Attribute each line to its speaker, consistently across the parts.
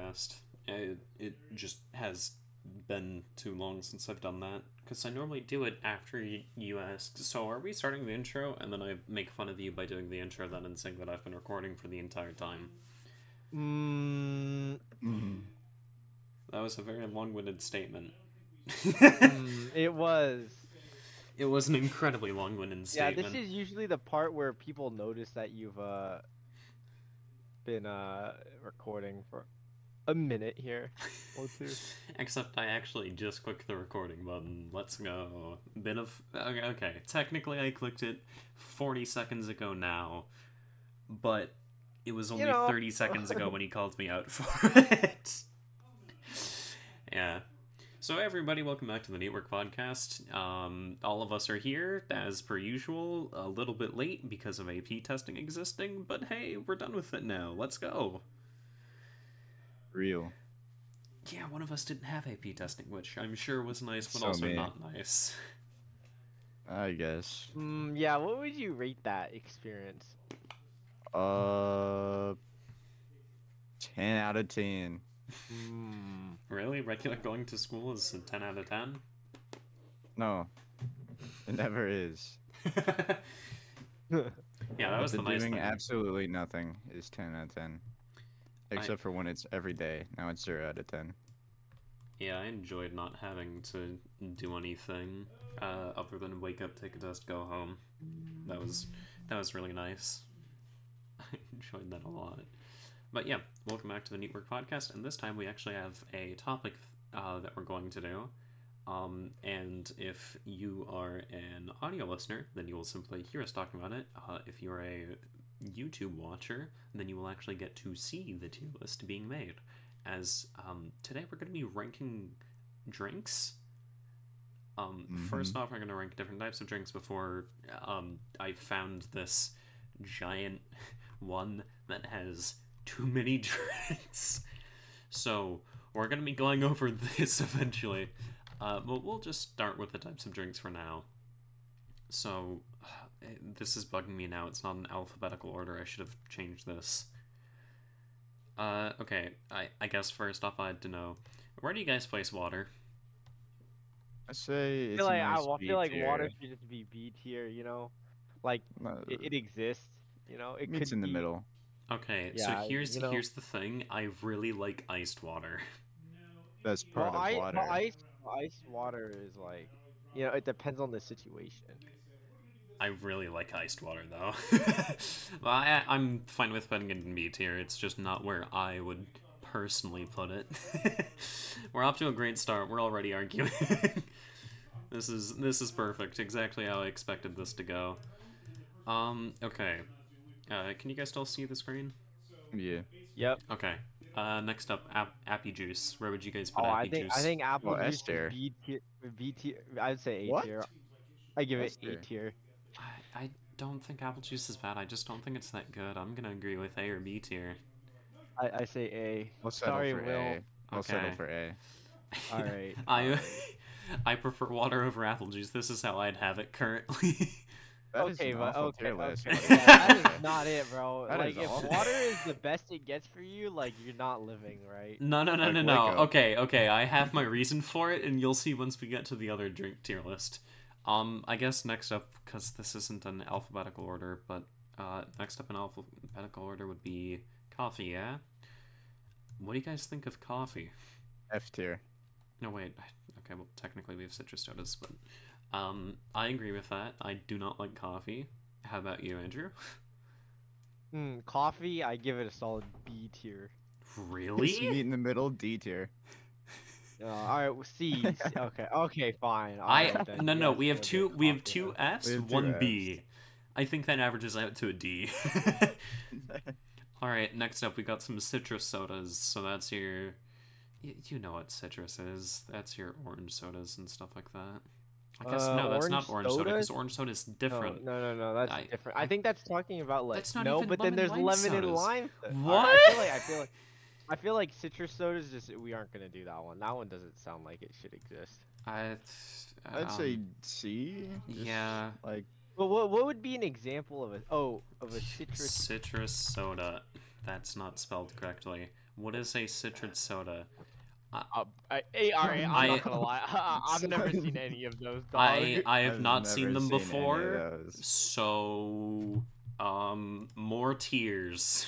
Speaker 1: honest. I, it just has been too long since I've done that because I normally do it after y- you ask. So are we starting the intro? And then I make fun of you by doing the intro then and saying that I've been recording for the entire time.
Speaker 2: Mm,
Speaker 1: That was a very long-winded statement.
Speaker 2: mm, it was.
Speaker 1: it was an incredibly long-winded
Speaker 2: Yeah,
Speaker 1: statement.
Speaker 2: this is usually the part where people notice that you've uh been uh recording for a minute here or two.
Speaker 1: Except I actually just clicked the recording button. Let's go. Bit of okay, okay. Technically, I clicked it 40 seconds ago now, but it was only
Speaker 2: know.
Speaker 1: 30 seconds ago when he called me out for it. yeah. So hey, everybody, welcome back to the Network Podcast. Um, all of us are here as per usual, a little bit late because of AP testing existing, but hey, we're done with it now. Let's go.
Speaker 3: real.
Speaker 1: Yeah, one of us didn't have AP testing, which I'm sure was nice, but
Speaker 3: So
Speaker 1: also
Speaker 3: me.
Speaker 1: not nice.
Speaker 3: I guess.
Speaker 2: Mm, yeah, what would you rate that experience?
Speaker 3: Uh, ten out of ten.
Speaker 2: Mm.
Speaker 1: Really? Regular going to school is a 10 out of 10?
Speaker 3: No, it never is.
Speaker 1: yeah, that was
Speaker 3: the
Speaker 1: the nice
Speaker 3: doing
Speaker 1: thing.
Speaker 3: absolutely nothing is ten out of ten, except for when it's every day. Now it's zero out of ten.
Speaker 1: yeah, I enjoyed not having to do anything uh, other than wake up, take a test, go home. That was that was really nice. I enjoyed that a lot. But yeah, welcome back to the Neat Work Podcast, and this time we actually have a topic uh, that we're going to do. Um, and if you are an audio listener, then you will simply hear us talking about it. Uh, if you're a YouTube watcher, then you will actually get to see the tier list being made. As um, today we're going to be ranking drinks. Um, First off, we're going to rank different types of drinks before um, I found this giant one that has too many drinks. So we're gonna be going over this eventually, uh, but we'll just start with the types of drinks for now. So eh, this is bugging me now. It's not in alphabetical order. I should have changed this. Uh, okay. I I guess first off, I had to know where do you guys place water?
Speaker 3: I say
Speaker 2: I
Speaker 3: it's
Speaker 2: feel
Speaker 3: a
Speaker 2: like I
Speaker 3: nice
Speaker 2: wa-
Speaker 3: B
Speaker 2: feel like
Speaker 3: tier.
Speaker 2: water should just be B tier, you know, like
Speaker 3: No,
Speaker 2: it, it exists. You know, it
Speaker 3: meets
Speaker 2: could
Speaker 3: in the
Speaker 2: be-
Speaker 3: middle.
Speaker 1: Okay,
Speaker 2: Yeah,
Speaker 1: so here's
Speaker 2: you know-
Speaker 1: here's the thing. I really like iced water.
Speaker 3: That's
Speaker 2: Well,
Speaker 3: part of
Speaker 2: I,
Speaker 3: water.
Speaker 2: well, ice, well, ice water is like, you know, it depends on the situation.
Speaker 1: I really like iced water though. well, I, I'm fine with putting it in B tier. It's just not where I would personally put it. We're off to a great start. We're already arguing. this is this is perfect. Exactly how I expected this to go. Um. Okay. Uh, can you guys still see the screen?
Speaker 3: Yeah.
Speaker 2: Yep.
Speaker 1: Okay. Uh, next up, ap- Appy Juice. Where would you guys put
Speaker 2: Oh, I
Speaker 1: Appy
Speaker 2: think
Speaker 1: Juice?
Speaker 2: I think Apple
Speaker 3: Well, S
Speaker 2: Juice
Speaker 3: tier.
Speaker 2: is B tier. B tier. I'd say A
Speaker 3: What?
Speaker 2: tier. I give
Speaker 3: S
Speaker 2: it A
Speaker 3: tier.
Speaker 2: tier.
Speaker 1: I, I don't think apple juice is bad. I just don't think it's that good. I'm gonna agree with A or B tier.
Speaker 2: I, I say A.
Speaker 3: I'll settle
Speaker 2: Sorry,
Speaker 3: for
Speaker 2: Will.
Speaker 3: A. I'll settle
Speaker 1: Okay.
Speaker 3: for A.
Speaker 2: All right.
Speaker 1: I I prefer water over apple juice. This is how I'd have it currently.
Speaker 3: That is
Speaker 2: okay,
Speaker 3: an
Speaker 2: but
Speaker 3: awful
Speaker 2: okay,
Speaker 3: tier list.
Speaker 2: okay. yeah, that is not it, bro.
Speaker 3: That
Speaker 2: like,
Speaker 3: is
Speaker 2: if
Speaker 3: awful.
Speaker 2: water is the best it gets for you, like you're not living, right?
Speaker 1: no, no, no,
Speaker 3: Like,
Speaker 1: no,
Speaker 3: wake
Speaker 1: no.
Speaker 3: up.
Speaker 1: Okay, okay. I have my reason for it, and you'll see once we get to the other drink tier list. Um, I guess next up, because this isn't in alphabetical order, but uh, next up in alphabetical order would be coffee. Yeah. What do you guys think of coffee?
Speaker 3: F tier.
Speaker 1: No, wait. Okay, well, technically we have citrus sodas, but um, I agree with that. I do not like coffee. How about you, Andrew?
Speaker 2: Mm, coffee, I give it a solid B tier.
Speaker 3: Just
Speaker 1: Really?
Speaker 3: meet in the middle. D tier.
Speaker 2: Uh, all right, well, C. C- okay, okay, fine. all
Speaker 1: I
Speaker 2: right then,
Speaker 1: no no.
Speaker 2: yes,
Speaker 1: We have
Speaker 2: we'll do
Speaker 1: two. We have
Speaker 2: coffee
Speaker 1: two
Speaker 2: then.
Speaker 1: Fs,
Speaker 3: We have two
Speaker 1: one B. I think that averages out to a D. All right. Next up, we got some citrus sodas. So that's your, y- you know what citrus is. That's your orange sodas and stuff like that. I guess
Speaker 2: Uh,
Speaker 1: no, that's
Speaker 2: orange
Speaker 1: not orange soda because
Speaker 2: sodas? Oh,
Speaker 1: orange soda is different.
Speaker 2: No, no, no, no that's
Speaker 1: I-
Speaker 2: different. I,
Speaker 1: I-
Speaker 2: think that's talking about like
Speaker 1: That's not
Speaker 2: no,
Speaker 1: even
Speaker 2: but
Speaker 1: lemon
Speaker 2: then there's
Speaker 1: lime
Speaker 2: lemon and
Speaker 1: sodas.
Speaker 2: lime. so- I, I feel like I
Speaker 1: What?
Speaker 2: feel like I feel like citrus sodas. Just we aren't gonna do that one. That one doesn't sound like it should exist.
Speaker 1: I,
Speaker 3: I'd say
Speaker 1: um,
Speaker 3: C. just
Speaker 1: yeah.
Speaker 3: Like
Speaker 2: But what what would be an example of a oh of a citrus?
Speaker 1: Citrus soda. That's not spelled correctly. What is a citron soda?
Speaker 2: Uh, I, ARA, I'm
Speaker 1: I-
Speaker 2: not gonna lie. I've never seen any of those. Dog.
Speaker 1: I I have
Speaker 3: I've
Speaker 1: not seen
Speaker 3: never
Speaker 1: them
Speaker 3: any of
Speaker 1: before.
Speaker 3: those.
Speaker 1: So um more tears.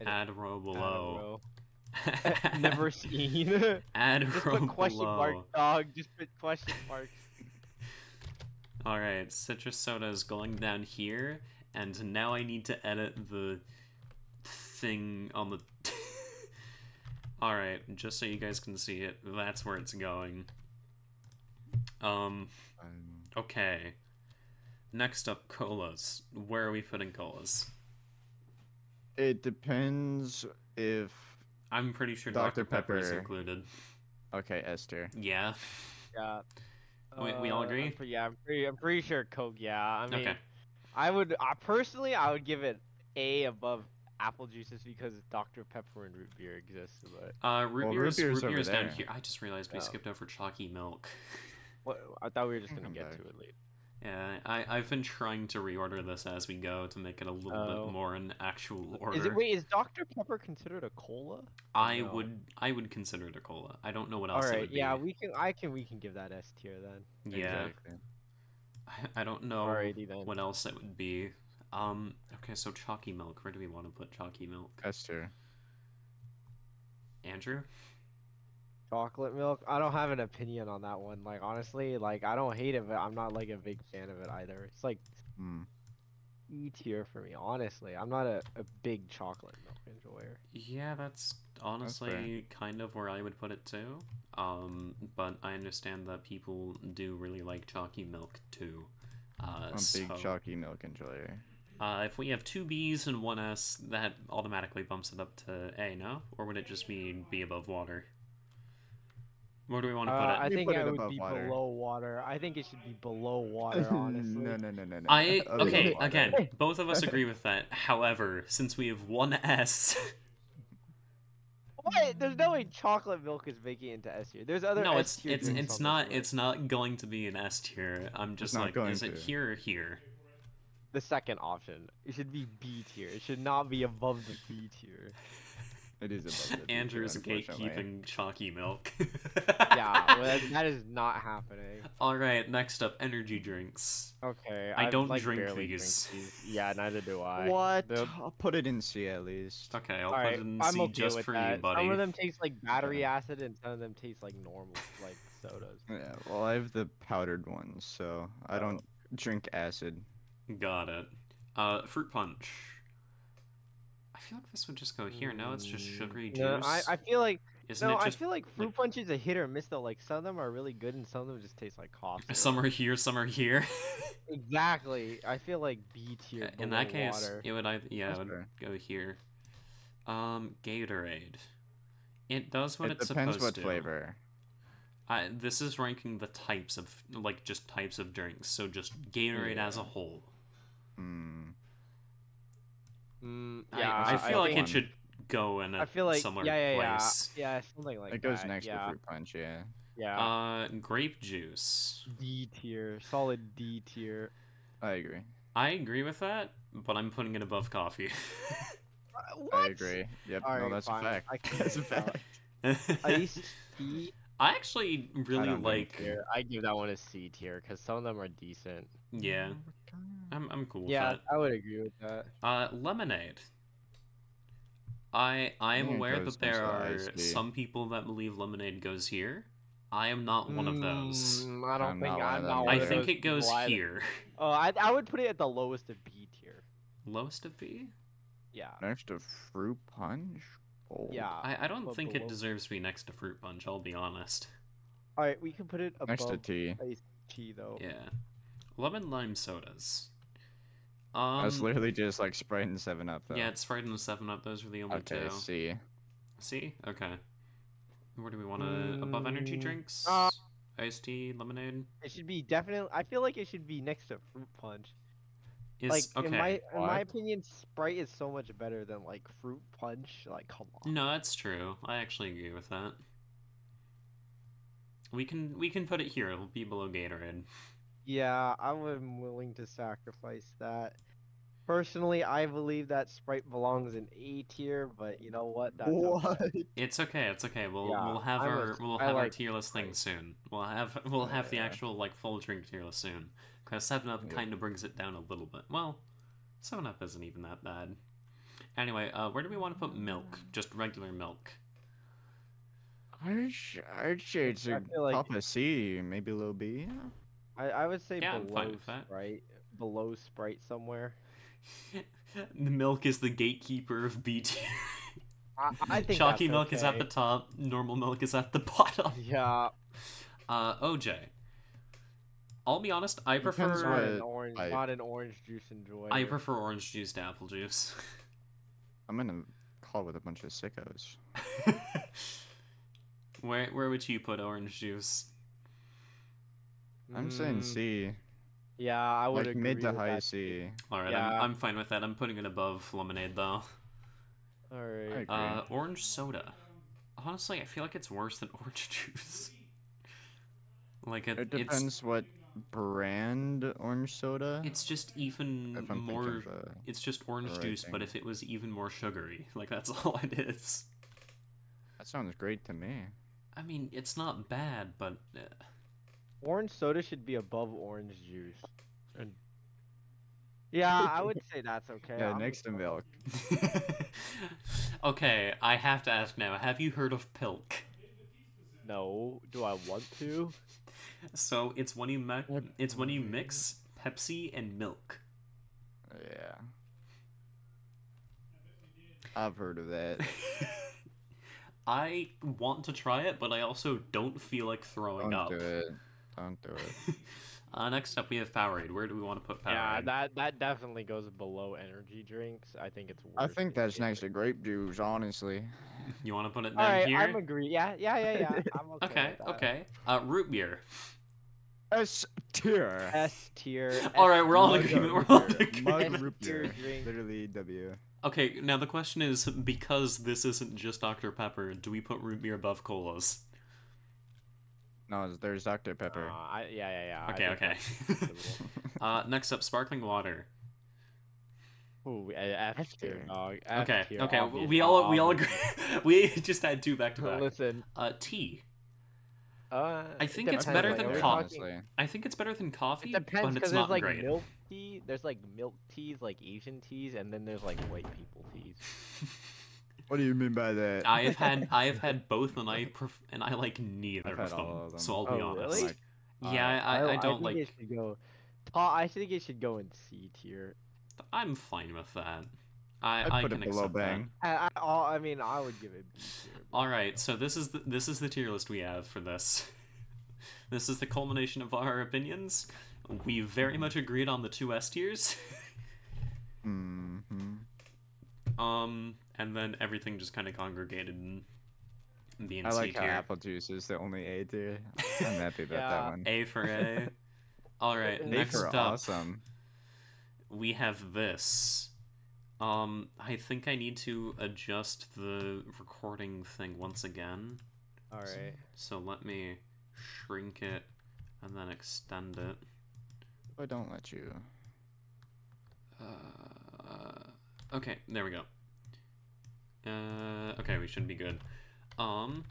Speaker 1: Adro
Speaker 2: I don't
Speaker 1: below.
Speaker 2: know. never seen. Just put
Speaker 1: Adro
Speaker 2: question mark,
Speaker 1: below.
Speaker 2: dog. Just put question mark.
Speaker 1: All right, citrus soda is going down here, and now I need to edit the thing on the. All right, just so you guys can see it, that's where it's going. Um.
Speaker 3: Um,
Speaker 1: Okay. Next up, colas. Where are we putting colas?
Speaker 3: it depends if.
Speaker 1: I'm pretty sure Dr.
Speaker 3: Dr.
Speaker 1: Pepper is
Speaker 3: Pepper.
Speaker 1: included.
Speaker 3: Okay, Esther.
Speaker 1: Yeah.
Speaker 2: Yeah.
Speaker 1: We- we all
Speaker 2: Uh, I'm
Speaker 1: agree?
Speaker 2: pre- yeah, I'm pretty. I'm pretty sure Coke. Yeah. I mean,
Speaker 1: Okay.
Speaker 2: I would. I personally, I would give it A above apple juices because Dr Pepper and root beer exists. But
Speaker 1: Uh, root
Speaker 3: Well, root
Speaker 1: beer's,
Speaker 3: beer's
Speaker 1: root
Speaker 3: over
Speaker 1: beer's down
Speaker 3: there.
Speaker 1: here. I just realized we
Speaker 2: Oh.
Speaker 1: skipped over chalky milk.
Speaker 2: what, I thought we were just gonna
Speaker 3: Come
Speaker 2: get
Speaker 3: back.
Speaker 2: to it later.
Speaker 1: Yeah, I, I've been trying to reorder this as we go to make it a little
Speaker 2: Oh.
Speaker 1: bit more an actual order.
Speaker 2: Is it? Wait, is Dr Pepper considered a cola?
Speaker 1: I
Speaker 2: no?
Speaker 1: would I would consider it a cola. I don't know what
Speaker 2: All
Speaker 1: else it
Speaker 2: right.
Speaker 1: would Oh, be.
Speaker 2: Yeah, we can. I can. We can give that S tier then.
Speaker 1: yeah.
Speaker 3: Exactly.
Speaker 1: I, I don't know
Speaker 2: Alrighty then.
Speaker 1: Oh, what else it would be. Um. Okay, so chalky milk. Where do we want to put chalky milk?
Speaker 3: Esther.
Speaker 1: Andrew.
Speaker 2: Chocolate milk. I don't have an opinion on that one. Like honestly, like I don't hate it, but I'm not like a big fan of it either. It's like
Speaker 3: Hmm.
Speaker 2: E tier for me. Honestly, I'm not a, a big chocolate milk enjoyer.
Speaker 1: Yeah, that's honestly kind of where I would put it too. Um, but I understand that people do really like chalky milk too. Uh,
Speaker 3: I'm a
Speaker 1: so,
Speaker 3: big chalky milk enjoyer.
Speaker 1: uh, if we have two B's and one S, that automatically bumps it up to A, no? Or would it just be B above water? Where do we want to put it?
Speaker 2: Uh, I
Speaker 3: We
Speaker 2: think
Speaker 3: put
Speaker 2: I
Speaker 3: it
Speaker 2: would
Speaker 3: above
Speaker 2: be
Speaker 3: water.
Speaker 2: below water. I think it should be below water, honestly.
Speaker 3: no, no, no, no, no.
Speaker 1: I,
Speaker 3: Other than
Speaker 1: okay
Speaker 3: water.
Speaker 1: again. Both of us agree with that. However, since we have one S,
Speaker 2: What? There's no way chocolate milk is making it into S tier. There's other
Speaker 1: no,
Speaker 2: S
Speaker 1: it's
Speaker 2: tier
Speaker 1: it's
Speaker 2: drinks on
Speaker 1: it's
Speaker 2: this
Speaker 1: not
Speaker 2: list.
Speaker 1: it's not going to be an S tier. I'm just
Speaker 3: not
Speaker 1: like,
Speaker 3: going
Speaker 1: is it
Speaker 3: to.
Speaker 1: here or here?
Speaker 2: the second option. It should be B tier. It should not be above the B tier.
Speaker 3: It is above the B
Speaker 1: Andrew's
Speaker 3: tier, unfortunately.
Speaker 1: gatekeeping chalky milk.
Speaker 2: Yeah, well, that- that is not happening.
Speaker 1: All right, next up, energy drinks.
Speaker 2: Okay.
Speaker 1: I
Speaker 2: I've,
Speaker 1: don't
Speaker 2: like,
Speaker 1: drink
Speaker 2: barely
Speaker 1: these.
Speaker 2: Yeah, neither do I.
Speaker 3: What?
Speaker 2: Nope.
Speaker 3: I'll put it in C at least.
Speaker 1: Okay, I'll
Speaker 2: All right,
Speaker 1: put it in
Speaker 2: I'm
Speaker 1: C
Speaker 2: okay
Speaker 1: just
Speaker 2: with
Speaker 1: for
Speaker 2: that.
Speaker 1: you, buddy.
Speaker 2: Some of them taste like battery
Speaker 3: Okay.
Speaker 2: acid, and some of them taste like normal, like sodas.
Speaker 3: Yeah, well, I have the powdered ones, so I
Speaker 2: Oh.
Speaker 3: don't drink acid.
Speaker 1: Got it. Uh, fruit punch. I feel like this would just go Oh, here. No, it's just
Speaker 2: Mm,
Speaker 1: sugary juice.
Speaker 2: No, I, I feel like
Speaker 1: Isn't
Speaker 2: no,
Speaker 1: it
Speaker 2: I
Speaker 1: just
Speaker 2: feel like fruit
Speaker 1: like-
Speaker 2: punch is a hit or miss though. Like some of them are really good, and some of them just taste like cough. syrup.
Speaker 1: some are here, some are here?
Speaker 2: exactly. I feel like B tier.
Speaker 1: in that
Speaker 2: below
Speaker 1: case,
Speaker 2: water.
Speaker 1: it would either yeah, it
Speaker 3: That's
Speaker 1: would
Speaker 3: fair.
Speaker 1: go here. Um, Gatorade. It does what
Speaker 3: it
Speaker 1: it's
Speaker 3: depends
Speaker 1: supposed
Speaker 3: what
Speaker 1: to.
Speaker 3: flavor.
Speaker 1: I, this is ranking the types of like just types of drinks. So just Gatorade as a
Speaker 3: Yeah.
Speaker 1: whole.
Speaker 3: Hmm.
Speaker 2: Mm,
Speaker 1: I-
Speaker 2: yeah,
Speaker 1: I, feel like
Speaker 2: think-
Speaker 1: it should go in a
Speaker 2: I feel like
Speaker 1: similar
Speaker 2: yeah, yeah, yeah,
Speaker 1: place.
Speaker 2: yeah, something like
Speaker 3: it goes
Speaker 2: that,
Speaker 3: next
Speaker 2: yeah,
Speaker 3: to fruit punch, yeah.
Speaker 2: Yeah,
Speaker 1: Uh, grape juice.
Speaker 2: D tier, solid D tier.
Speaker 3: I agree.
Speaker 1: I agree with that, but I'm putting it above coffee.
Speaker 2: Uh,
Speaker 3: I
Speaker 2: What?
Speaker 3: agree. Yep.
Speaker 2: All
Speaker 3: no,
Speaker 2: right,
Speaker 3: that's
Speaker 2: fine.
Speaker 3: a fact.
Speaker 2: I can
Speaker 3: That's a
Speaker 2: give that.
Speaker 3: fact.
Speaker 1: I
Speaker 2: Iced tea
Speaker 1: actually really
Speaker 3: don't drink
Speaker 1: like.
Speaker 3: tea.
Speaker 2: tier. I give that one a C tier because some of them are decent.
Speaker 1: Yeah, I'm I'm cool
Speaker 2: yeah,
Speaker 1: with
Speaker 2: I would agree with that.
Speaker 1: that. Uh, lemonade. I I am
Speaker 3: Yeah, it
Speaker 1: aware
Speaker 3: goes
Speaker 1: that there
Speaker 3: into
Speaker 1: are
Speaker 3: iced tea.
Speaker 1: some people that believe lemonade goes here. I am not one of those.
Speaker 2: Mm, I don't
Speaker 3: I'm
Speaker 2: think
Speaker 3: not one
Speaker 2: I'm
Speaker 3: of
Speaker 2: not
Speaker 3: them
Speaker 2: one
Speaker 1: I
Speaker 2: of
Speaker 3: either.
Speaker 1: think
Speaker 2: those
Speaker 1: it goes
Speaker 2: people either.
Speaker 1: here.
Speaker 2: Oh, I, I would put it at the lowest of B tier.
Speaker 1: Lowest of B?
Speaker 2: Yeah.
Speaker 3: Next to fruit punch. Bold.
Speaker 2: Yeah.
Speaker 1: I, I don't
Speaker 2: Uh, but
Speaker 1: think it
Speaker 2: below-
Speaker 1: deserves to be next to fruit punch. I'll be honest.
Speaker 2: All right, we can put it above
Speaker 3: Next to tea.
Speaker 2: iced tea though.
Speaker 1: Yeah, lemon lime sodas. Um,
Speaker 3: that's literally just like Sprite and Seven Up though.
Speaker 1: yeah, it's Sprite and Seven Up. Those are the only
Speaker 3: Okay.
Speaker 1: two.
Speaker 3: See.
Speaker 1: See? Okay. Where do we want to above energy
Speaker 2: Mm,
Speaker 1: drinks?
Speaker 2: uh,
Speaker 1: Iced tea, lemonade.
Speaker 2: It should be definitely. I feel like it should be next to fruit punch.
Speaker 1: Is
Speaker 2: like
Speaker 1: okay.
Speaker 2: in my in my
Speaker 3: What?
Speaker 2: opinion, Sprite is so much better than like fruit punch. Like come on.
Speaker 1: No, that's true. I actually agree with that. We can we can put it here. It'll be below Gatorade.
Speaker 2: Yeah, I'm willing to sacrifice that. Personally, I believe that Sprite belongs in A tier, but you know what? That's okay.
Speaker 1: It's okay. It's okay. We'll
Speaker 2: Yeah,
Speaker 1: we'll have
Speaker 2: I
Speaker 1: our
Speaker 2: was-
Speaker 1: we'll
Speaker 2: I
Speaker 1: have our
Speaker 2: like
Speaker 1: tier list thing
Speaker 2: Sprite.
Speaker 1: soon. We'll have we'll have the
Speaker 3: Yeah.
Speaker 1: actual like full drink tier list soon. Cause Seven Up
Speaker 3: Yeah.
Speaker 1: kind of brings it down a little bit. Well, Seven Up isn't even that bad. Anyway, uh, where do we want to put milk? Just regular milk.
Speaker 3: I'd, sh- I'd say it's
Speaker 2: I
Speaker 3: a
Speaker 2: feel like-
Speaker 3: top of C, maybe a little B.
Speaker 2: I, I would say
Speaker 1: Yeah, I'm fine
Speaker 2: below
Speaker 1: with that.
Speaker 2: Sprite, below Sprite somewhere.
Speaker 1: the milk is the gatekeeper of B tier.
Speaker 2: I, I think
Speaker 1: Chalky
Speaker 2: that's
Speaker 1: milk is at the
Speaker 2: okay.
Speaker 1: top. Normal milk is at the bottom.
Speaker 2: Yeah,
Speaker 1: Uh, OJ. I'll be honest. I
Speaker 3: Depends
Speaker 1: prefer.
Speaker 2: not
Speaker 3: what
Speaker 2: an orange,
Speaker 3: I-
Speaker 2: not an orange juice enjoyer.
Speaker 1: I prefer orange juice to apple juice.
Speaker 3: I'm in a call with a bunch of sickos.
Speaker 1: where where would you put orange juice?
Speaker 3: I'm saying
Speaker 2: Mm,
Speaker 3: C,
Speaker 2: Yeah, I would
Speaker 3: like
Speaker 2: agree
Speaker 3: mid to
Speaker 2: with
Speaker 3: high
Speaker 2: that.
Speaker 3: C.
Speaker 1: All right,
Speaker 2: Yeah.
Speaker 1: I'm, I'm fine with that. I'm putting it above lemonade though.
Speaker 2: All
Speaker 3: I
Speaker 2: right.
Speaker 3: agree.
Speaker 1: Uh, orange soda. Honestly, I feel like it's worse than orange juice. like it,
Speaker 3: it
Speaker 1: it's
Speaker 3: depends what brand orange soda.
Speaker 1: it's just even
Speaker 3: if I'm thinking
Speaker 1: more.
Speaker 3: of uh, a-
Speaker 1: It's just orange
Speaker 3: right
Speaker 1: juice, but
Speaker 3: thing.
Speaker 1: if it was even more sugary, like that's all it is.
Speaker 3: that sounds great to me.
Speaker 1: I mean, it's not bad, but uh,
Speaker 2: Orange soda should be above orange juice. And yeah, I would say that's okay.
Speaker 3: Yeah,
Speaker 2: I'm just-
Speaker 3: next to milk.
Speaker 1: okay, I have to ask now. Have you heard of pilk?
Speaker 2: No, do I want to?
Speaker 1: So it's when you mi-
Speaker 3: Yep.
Speaker 1: it's when you mix Pepsi and milk.
Speaker 3: Yeah. I've heard of that.
Speaker 1: I want to try it, but I also don't feel like throwing
Speaker 3: Don't
Speaker 1: up.
Speaker 3: do it. Don't do it.
Speaker 1: Uh, next up, we have Powerade. Where do we want to put Powerade?
Speaker 2: Yeah, that that definitely goes below energy drinks. I think it's.
Speaker 3: I
Speaker 2: worse
Speaker 3: think
Speaker 2: in
Speaker 3: that's
Speaker 2: tier.
Speaker 3: next to grape juice, honestly.
Speaker 1: You want to put it
Speaker 2: All
Speaker 1: down
Speaker 2: right,
Speaker 1: here?
Speaker 2: I'm agree. Yeah, yeah, yeah, yeah. I'm okay.
Speaker 1: Okay,
Speaker 2: with that.
Speaker 1: okay. Uh, root beer.
Speaker 3: S tier.
Speaker 2: S tier.
Speaker 1: All right, we're all in
Speaker 3: Mug
Speaker 1: agreement. We're
Speaker 3: root
Speaker 1: all in
Speaker 3: beer. Mug
Speaker 1: agreement.
Speaker 3: root
Speaker 2: tier
Speaker 3: beer.
Speaker 2: drink.
Speaker 3: Literally W.
Speaker 1: Okay, now the question is because this isn't just Dr. Pepper, do we put root beer above colas?
Speaker 3: No, there's Dr.
Speaker 2: Uh,
Speaker 3: Pepper.
Speaker 2: I, yeah, yeah, yeah. I
Speaker 1: Okay,
Speaker 2: think
Speaker 1: okay.
Speaker 2: that's acceptable.
Speaker 1: uh, next up, sparkling water.
Speaker 2: Ooh, a- F,
Speaker 3: F
Speaker 2: tier,
Speaker 3: tier.
Speaker 2: dog. F
Speaker 1: Okay,
Speaker 2: tier,
Speaker 1: okay.
Speaker 2: obvious,
Speaker 1: We all we all agree.
Speaker 2: obvious.
Speaker 1: we just had two back to back.
Speaker 2: Listen,
Speaker 1: Uh, tea.
Speaker 2: uh,
Speaker 1: I
Speaker 2: it
Speaker 1: think it's
Speaker 2: depends,
Speaker 1: better
Speaker 2: like,
Speaker 1: than
Speaker 2: are we
Speaker 3: Depends,
Speaker 1: coffee.
Speaker 2: talking-
Speaker 3: honestly.
Speaker 1: I think it's better than coffee,
Speaker 2: It depends
Speaker 1: but it's
Speaker 2: because
Speaker 1: not
Speaker 2: there's like
Speaker 1: great.
Speaker 2: milk tea, there's like milk teas, like Asian teas, and then there's like white people teas.
Speaker 3: What do you mean by that?
Speaker 1: I have had I have had both, and I pref- and I like neither
Speaker 3: I've
Speaker 1: of,
Speaker 3: had
Speaker 1: them,
Speaker 3: all of them.
Speaker 1: So I'll be
Speaker 2: Oh,
Speaker 1: honest.
Speaker 2: really?
Speaker 1: Yeah, I, I, I don't
Speaker 2: think It
Speaker 1: like.
Speaker 2: should go, ta- I think it should go in C tier.
Speaker 1: I'm fine with that. I,
Speaker 3: I'd
Speaker 1: I
Speaker 3: put
Speaker 1: can
Speaker 3: it below
Speaker 1: accept that.
Speaker 3: bang.
Speaker 2: I, I, all- I mean, I would give it B tier. but-
Speaker 1: All right, so this is the, this is the tier list we have for this. This is the culmination of our opinions. We very much agreed on the two S tiers.
Speaker 3: Mm-hmm.
Speaker 1: Um, and then everything just kind of congregated in B and
Speaker 3: I
Speaker 1: C
Speaker 3: like how
Speaker 1: tier.
Speaker 3: apple juice is the only A tier. I'm happy about
Speaker 2: Yeah.
Speaker 3: that one.
Speaker 1: A for A. All right,
Speaker 2: They
Speaker 1: next
Speaker 3: are
Speaker 1: up
Speaker 3: awesome.
Speaker 1: we have this. Um, I think I need to adjust the recording thing once again.
Speaker 2: All right.
Speaker 1: So let me shrink it and then extend it.
Speaker 3: I don't let you.
Speaker 1: Uh, okay, there we go. Uh, okay, we should be good. Um,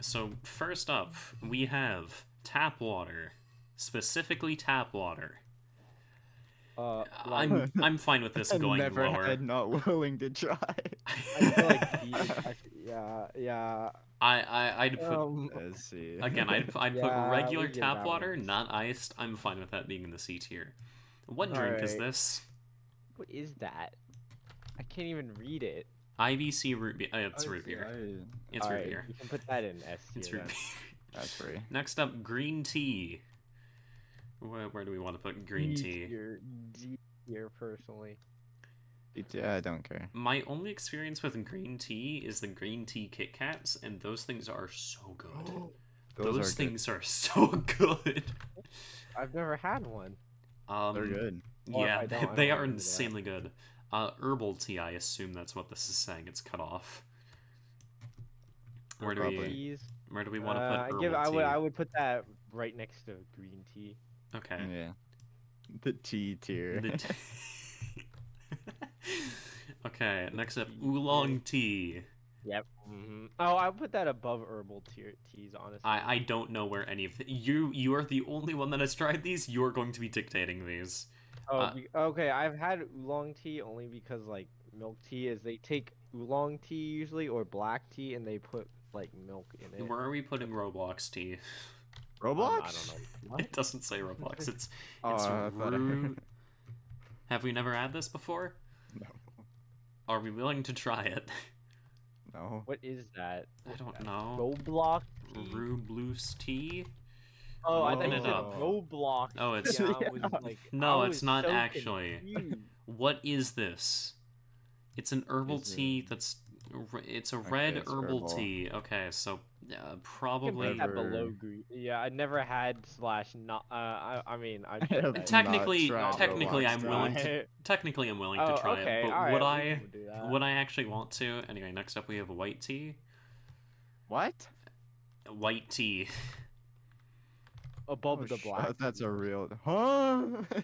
Speaker 1: so first up, we have tap water, specifically tap water.
Speaker 2: Uh, like,
Speaker 1: I'm I'm fine with this
Speaker 3: I
Speaker 1: going
Speaker 3: never
Speaker 1: lower.
Speaker 3: had not willing to try.
Speaker 2: I feel like B, I f- yeah, yeah.
Speaker 1: I, I I'd put
Speaker 2: Um,
Speaker 3: Let's see.
Speaker 1: again. I'd I'd
Speaker 2: Yeah,
Speaker 1: put regular
Speaker 2: we get
Speaker 1: tap
Speaker 2: that
Speaker 1: water,
Speaker 2: one.
Speaker 1: not iced. I'm fine with that being in the C tier. What drink is
Speaker 2: Alright.
Speaker 1: this?
Speaker 2: what is that? I can't even read it.
Speaker 1: IBC root beer. Uh, it's root beer. It's root
Speaker 2: Alright,
Speaker 1: beer.
Speaker 2: You can put that in S
Speaker 1: It's
Speaker 2: tier.
Speaker 1: root
Speaker 2: then.
Speaker 1: beer.
Speaker 3: That's free.
Speaker 1: Next up, green tea. Where, where do we want to put green
Speaker 2: D
Speaker 1: tea?
Speaker 2: tier, D tier personally.
Speaker 3: Yeah, I don't care.
Speaker 1: My only experience with green tea is the green tea Kit Kats, and those things are so
Speaker 3: Oh,
Speaker 1: good.
Speaker 3: Those,
Speaker 1: those
Speaker 3: are
Speaker 1: things are so good.
Speaker 2: I've never had one.
Speaker 1: Um,
Speaker 3: Good. They're good.
Speaker 2: Or if
Speaker 1: Yeah,
Speaker 2: I
Speaker 1: they-
Speaker 2: don't, I
Speaker 1: they
Speaker 2: don't
Speaker 1: are
Speaker 2: remember that.
Speaker 1: insanely good. Uh, herbal tea, I assume that's what this is saying. It's cut off. Where do we
Speaker 3: Probably.
Speaker 2: Teas.
Speaker 1: where do we want to
Speaker 2: Uh,
Speaker 1: put herbal
Speaker 2: I give.
Speaker 1: tea?
Speaker 2: I would. I would put that right next to green tea.
Speaker 1: Okay.
Speaker 3: Mm, Yeah. The T tier.
Speaker 1: The t- Okay, next up, oolong tea.
Speaker 2: Yep. hmm Oh, I put that above herbal tier teas, honestly.
Speaker 1: I I don't know where any of the, you you are the only one that has tried these. You're going to be dictating these.
Speaker 2: oh,
Speaker 1: uh,
Speaker 2: be- okay. I've had oolong tea only because like milk tea is they take oolong tea usually or black tea and they put like milk in it.
Speaker 1: Where are we putting Roblox tea?
Speaker 2: Um, I
Speaker 3: Roblox?
Speaker 2: don't know.
Speaker 1: It doesn't say Roblox. It's
Speaker 3: Oh,
Speaker 1: it's
Speaker 3: I thought I
Speaker 1: root.
Speaker 3: heard.
Speaker 1: Have we never had this before?
Speaker 3: No.
Speaker 1: Are we willing to try it?
Speaker 3: No.
Speaker 2: What is that?
Speaker 1: I don't
Speaker 2: that?
Speaker 1: know.
Speaker 2: Roblox. tea?
Speaker 1: Rubloos tea?
Speaker 2: Oh, I
Speaker 1: Looking
Speaker 2: thought you
Speaker 1: it
Speaker 2: said
Speaker 1: up.
Speaker 2: Roblox.
Speaker 1: Oh, it's-
Speaker 2: tea, and
Speaker 3: Yeah.
Speaker 2: I was like,
Speaker 1: No,
Speaker 2: I
Speaker 1: it's
Speaker 2: was
Speaker 1: not
Speaker 2: so
Speaker 1: actually.
Speaker 2: confused.
Speaker 1: What is this? It's an herbal
Speaker 3: Is it-
Speaker 1: tea that's. r- It's a
Speaker 3: Okay,
Speaker 1: red
Speaker 3: it's
Speaker 1: herbal,
Speaker 3: herbal.
Speaker 1: tea. Okay, so uh,
Speaker 2: You can put
Speaker 1: probably.
Speaker 2: that
Speaker 3: Never-
Speaker 2: below green. Yeah, I never had slash not. Uh, I, I mean, I.
Speaker 3: have
Speaker 2: tried.
Speaker 3: not
Speaker 1: Technically,
Speaker 3: tried
Speaker 1: technically,
Speaker 3: Roblox
Speaker 1: I'm willing to.
Speaker 2: Right.
Speaker 1: Technically, I'm willing
Speaker 2: Oh,
Speaker 1: to try
Speaker 2: okay,
Speaker 1: it, but
Speaker 2: alright,
Speaker 1: would
Speaker 2: we
Speaker 1: I?
Speaker 2: can do that.
Speaker 1: Would I actually want to? Anyway, next up we have white tea.
Speaker 3: What?
Speaker 1: White tea.
Speaker 2: above
Speaker 3: Oh,
Speaker 2: the
Speaker 3: sh-
Speaker 2: black?
Speaker 3: That's a real. Huh?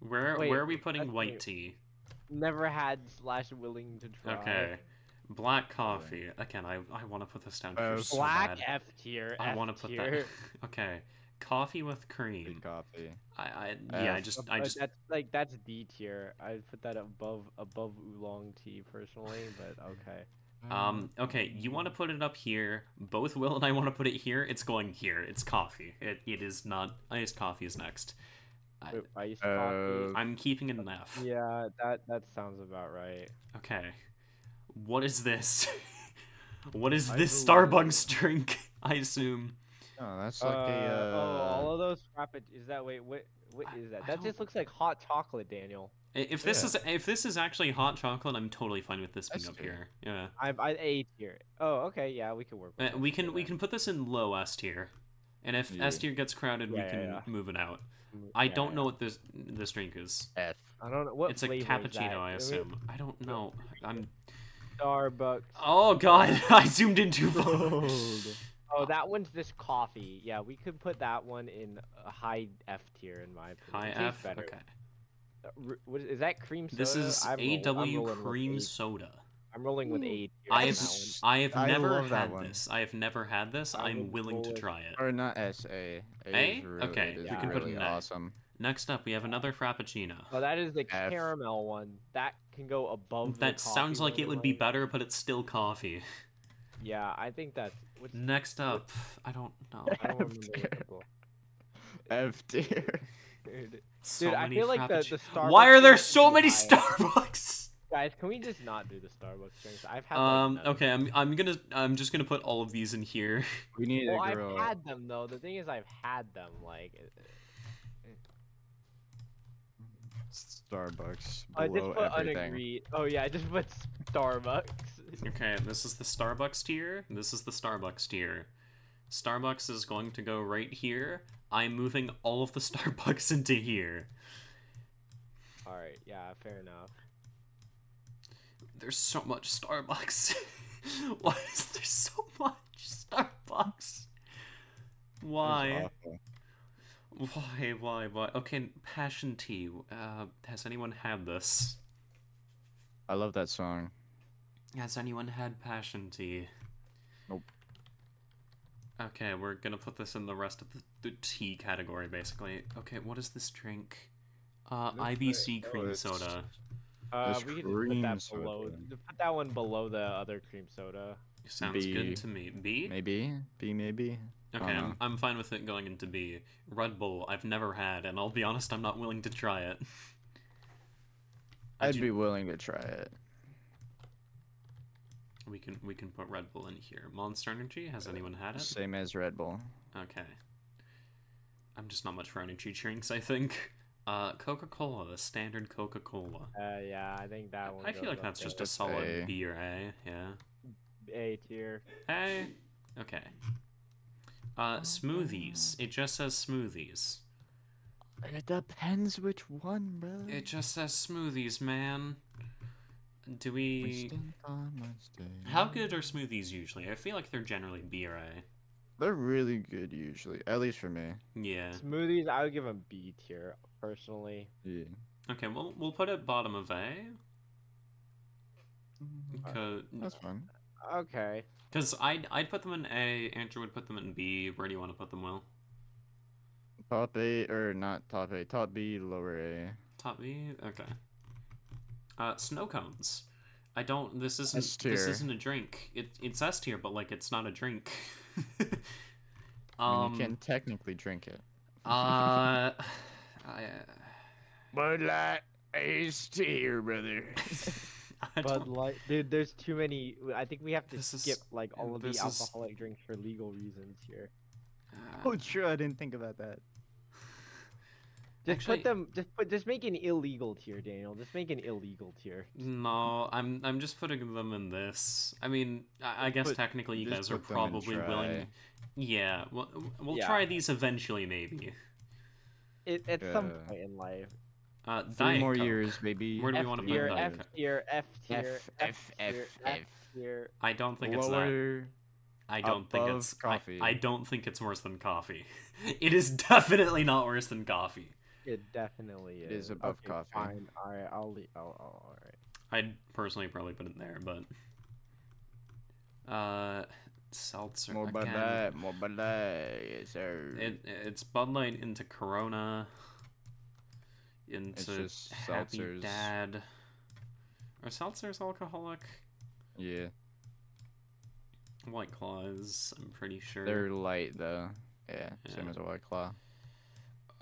Speaker 1: Where
Speaker 2: Wait,
Speaker 1: where are we
Speaker 2: that's
Speaker 1: putting white
Speaker 2: weird.
Speaker 1: tea?
Speaker 2: Never had slash willing to try.
Speaker 1: Okay. Black coffee. Again, I, I want to put this down
Speaker 3: Uh,
Speaker 1: here so
Speaker 2: Black
Speaker 1: bad.
Speaker 2: F tier.
Speaker 1: I
Speaker 2: want to
Speaker 1: put that. okay. Coffee with cream.
Speaker 3: Good coffee.
Speaker 1: I, I yeah, I
Speaker 3: F.
Speaker 1: just I just
Speaker 2: uh, that's like that's D tier. I'd put that above above oolong tea personally, but okay.
Speaker 1: um okay, you want to put it up here. Both Will and I want to put it here. It's going here. It's coffee. It it is not iced coffee is next. I-
Speaker 2: Wait, iced
Speaker 3: Uh,
Speaker 2: coffee.
Speaker 1: I'm keeping it an F.
Speaker 2: Yeah, that that sounds about right.
Speaker 1: Okay. What is this? what is
Speaker 3: I
Speaker 1: this
Speaker 3: believe-
Speaker 1: Starbucks drink? I assume.
Speaker 3: Oh, that's like a.
Speaker 2: Uh, oh,
Speaker 3: Uh,
Speaker 2: all of those rapid is that wait what what
Speaker 1: I-
Speaker 2: is that?
Speaker 1: I
Speaker 2: That
Speaker 1: don't-
Speaker 2: just looks like hot chocolate, Daniel.
Speaker 1: I- If this
Speaker 3: Yeah.
Speaker 1: is if this is actually hot chocolate, I'm totally fine with this being
Speaker 3: That's
Speaker 1: up
Speaker 3: fair.
Speaker 1: here. Yeah.
Speaker 2: I'm I A tier. Oh, okay, yeah, we can work.
Speaker 1: Uh,
Speaker 2: With
Speaker 1: we can we can put this in low S tier, and if
Speaker 3: Yeah.
Speaker 1: S tier gets crowded,
Speaker 2: Yeah,
Speaker 1: we
Speaker 2: yeah,
Speaker 1: can
Speaker 2: yeah.
Speaker 1: move it out.
Speaker 2: can.
Speaker 1: I don't know what this this drink is.
Speaker 3: F.
Speaker 2: Mm, I don't know what
Speaker 1: it's a
Speaker 2: flavor is that?
Speaker 1: cappuccino, I
Speaker 2: It was
Speaker 1: assume. I don't know. I'm.
Speaker 2: Starbucks.
Speaker 1: Oh god, I zoomed in too far.
Speaker 3: Gold.
Speaker 2: Oh, that one's just coffee. Yeah, we could put that one in a high F tier in my opinion.
Speaker 1: High
Speaker 2: It
Speaker 1: F.
Speaker 2: tastes better.
Speaker 1: Okay.
Speaker 2: Uh, r- What is, is that cream soda?
Speaker 1: This is
Speaker 2: I'm roll- I'm
Speaker 1: AW
Speaker 2: rolling with
Speaker 1: cream
Speaker 2: A-
Speaker 1: soda.
Speaker 2: I'm rolling with A tier.
Speaker 1: I
Speaker 2: on
Speaker 1: have
Speaker 2: that one.
Speaker 1: I have
Speaker 3: I
Speaker 1: never
Speaker 3: love that
Speaker 1: had
Speaker 3: one.
Speaker 1: this. I have never had this.
Speaker 2: I
Speaker 1: I'm
Speaker 2: would
Speaker 1: willing to
Speaker 2: totally-
Speaker 1: try it.
Speaker 3: Or not S A.
Speaker 1: A?
Speaker 3: is really,
Speaker 1: Okay,
Speaker 3: is
Speaker 2: we can put
Speaker 3: really
Speaker 1: an A.
Speaker 3: awesome.
Speaker 1: Next up, we have another frappuccino.
Speaker 2: Oh, that is the
Speaker 3: F.
Speaker 2: caramel one. That can go above. the
Speaker 1: That sounds
Speaker 2: coffee
Speaker 1: like
Speaker 2: one
Speaker 1: it would be
Speaker 2: alone.
Speaker 1: better, but it's still coffee.
Speaker 2: Yeah, I think that's. What's,
Speaker 1: Next up, I don't know.
Speaker 2: I don't remember
Speaker 3: F
Speaker 2: what the bl-
Speaker 3: F tier.
Speaker 2: Dude,
Speaker 1: So
Speaker 2: Dude, I
Speaker 1: many
Speaker 2: feel like the-
Speaker 1: frappucci-
Speaker 2: the Starbucks
Speaker 1: Why are there
Speaker 2: drinks
Speaker 1: so
Speaker 2: should be
Speaker 1: many
Speaker 2: higher.
Speaker 1: Starbucks?
Speaker 2: guys, can we just not do the Starbucks drinks? I've had. like,
Speaker 1: Um.
Speaker 2: none of
Speaker 1: Okay. I'm. I'm gonna. I'm just gonna put all of these in here.
Speaker 3: We need
Speaker 2: Well,
Speaker 3: a
Speaker 2: I've
Speaker 3: girl.
Speaker 2: had them though. The thing is, I've had them. Like, uh,
Speaker 3: Starbucks
Speaker 2: I just
Speaker 3: below
Speaker 2: put
Speaker 3: everything.
Speaker 2: unagreed. Oh yeah, I just put Starbucks.
Speaker 1: Okay. This is the Starbucks tier. This is the Starbucks tier. Starbucks is going to go right here. I'm moving all of the Starbucks into here.
Speaker 2: All right, yeah, fair enough.
Speaker 1: There's so much Starbucks. Why is there so much Starbucks? Why? Why? Why? Why? Okay, passion tea. Uh, has anyone had this?
Speaker 3: I love that song.
Speaker 1: Has anyone had passion tea?
Speaker 3: Nope.
Speaker 1: Okay, we're gonna put this in the rest of the, the tea category, basically. Okay, what is this drink? Uh,
Speaker 3: Looks like-
Speaker 1: IBC
Speaker 3: oh,
Speaker 1: cream
Speaker 3: it's-
Speaker 1: soda.
Speaker 2: Uh, we
Speaker 3: There's
Speaker 2: could just put
Speaker 3: cream
Speaker 2: that
Speaker 3: soda.
Speaker 2: below. just Put that one below the other cream soda.
Speaker 1: Sounds
Speaker 3: B.
Speaker 1: good to me. B?
Speaker 3: Maybe. uh-huh. B maybe.
Speaker 1: Okay,
Speaker 3: dunno.
Speaker 1: I'm, I'm fine with it going into B. Red Bull, I've never had, and I'll be honest, I'm not willing to try it. I
Speaker 3: I'd
Speaker 1: do-
Speaker 3: be willing to try it.
Speaker 1: We can we can put Red Bull in here. Monster Energy, has anyone had it?
Speaker 3: Same as Red Bull.
Speaker 1: Okay. I'm just not much for energy drinks, I think. Uh, Coca Cola, the standard Coca Cola.
Speaker 2: Uh, yeah, I think that one.
Speaker 1: I feel
Speaker 2: goes
Speaker 1: like
Speaker 2: up
Speaker 1: that's just
Speaker 2: there.
Speaker 1: a
Speaker 3: That's
Speaker 1: solid
Speaker 3: A.
Speaker 1: B or A, yeah.
Speaker 2: A tier.
Speaker 1: Hey. Okay. Uh, smoothies. It just says smoothies.
Speaker 3: It depends which one, bro.
Speaker 1: It just says smoothies, man. Do we? How good are smoothies usually? I feel like they're generally eh? B or A.
Speaker 3: They're really good usually, at least for me.
Speaker 1: Yeah.
Speaker 2: Smoothies, I would give them B tier personally.
Speaker 3: Yeah.
Speaker 1: Okay. Well, we'll put it bottom of A. Co-
Speaker 3: Mm-hmm. That's fun.
Speaker 2: Okay.
Speaker 1: Because I'd, I'd put them in A, Andrew would put them in B. Where do you want to put them, Will?
Speaker 3: Top A or not top A, top B, lower A.
Speaker 1: Top B? Okay. Uh, snow cones. I don't. This isn't.
Speaker 3: S tier.
Speaker 1: This isn't a drink. It, it's S tier, but like it's not a drink.
Speaker 3: I
Speaker 1: um.
Speaker 3: mean, you can technically drink it.
Speaker 1: uh. I,
Speaker 3: Bud Light Ace tier, brother.
Speaker 1: I
Speaker 2: Bud
Speaker 1: don't,
Speaker 2: Light, dude. There's too many. I think we have to
Speaker 1: This is-
Speaker 2: skip like all of the
Speaker 1: this is-
Speaker 2: alcoholic drinks for legal reasons here.
Speaker 1: uh,
Speaker 3: Oh, sure, I didn't think about that.
Speaker 2: Just
Speaker 1: Actually-
Speaker 2: put them. Just put. Just make an illegal tier, Daniel. Just make an illegal tier.
Speaker 1: no, I'm I'm just putting them in this. I mean, I, I guess
Speaker 3: Put-
Speaker 1: technically you
Speaker 3: just
Speaker 1: guys are
Speaker 3: put them in
Speaker 1: probably willing.
Speaker 3: try.
Speaker 1: Yeah, we'll, we'll
Speaker 2: Yeah.
Speaker 1: try these eventually, maybe.
Speaker 2: It, at some
Speaker 3: Yeah.
Speaker 2: point in life.
Speaker 1: Uh,
Speaker 3: Three
Speaker 1: Diet
Speaker 3: more
Speaker 1: Coke.
Speaker 3: years, baby.
Speaker 1: Where do we
Speaker 2: F
Speaker 1: wanna put
Speaker 2: tier,
Speaker 1: Diet
Speaker 2: F
Speaker 1: Coke?
Speaker 2: tier, F tier,
Speaker 3: F, F, F,
Speaker 2: tier,
Speaker 3: F.
Speaker 2: tier.
Speaker 1: I don't think it's that.
Speaker 3: Lower.
Speaker 1: I don't think
Speaker 3: Above
Speaker 1: it's I-
Speaker 3: coffee.
Speaker 1: I, don't think it's worse than coffee. It is definitely not worse than coffee.
Speaker 2: It definitely
Speaker 3: It
Speaker 2: is.
Speaker 3: is above
Speaker 2: okay,
Speaker 3: coffee.
Speaker 2: Fine. All right. I'll leave. Oh, oh, all right.
Speaker 1: I'd personally probably put it there, but uh, seltzer
Speaker 3: More Bud
Speaker 1: again.
Speaker 3: Light, more Bud Light, yes sir.
Speaker 1: It it's Bud Light into Corona, into
Speaker 3: just
Speaker 1: Happy
Speaker 3: seltzers.
Speaker 1: Dad. Are seltzers alcoholic?
Speaker 3: yeah,
Speaker 1: White Claws, I'm pretty sure.
Speaker 3: they're light though. Yeah, same
Speaker 1: Yeah.
Speaker 3: as a White Claw.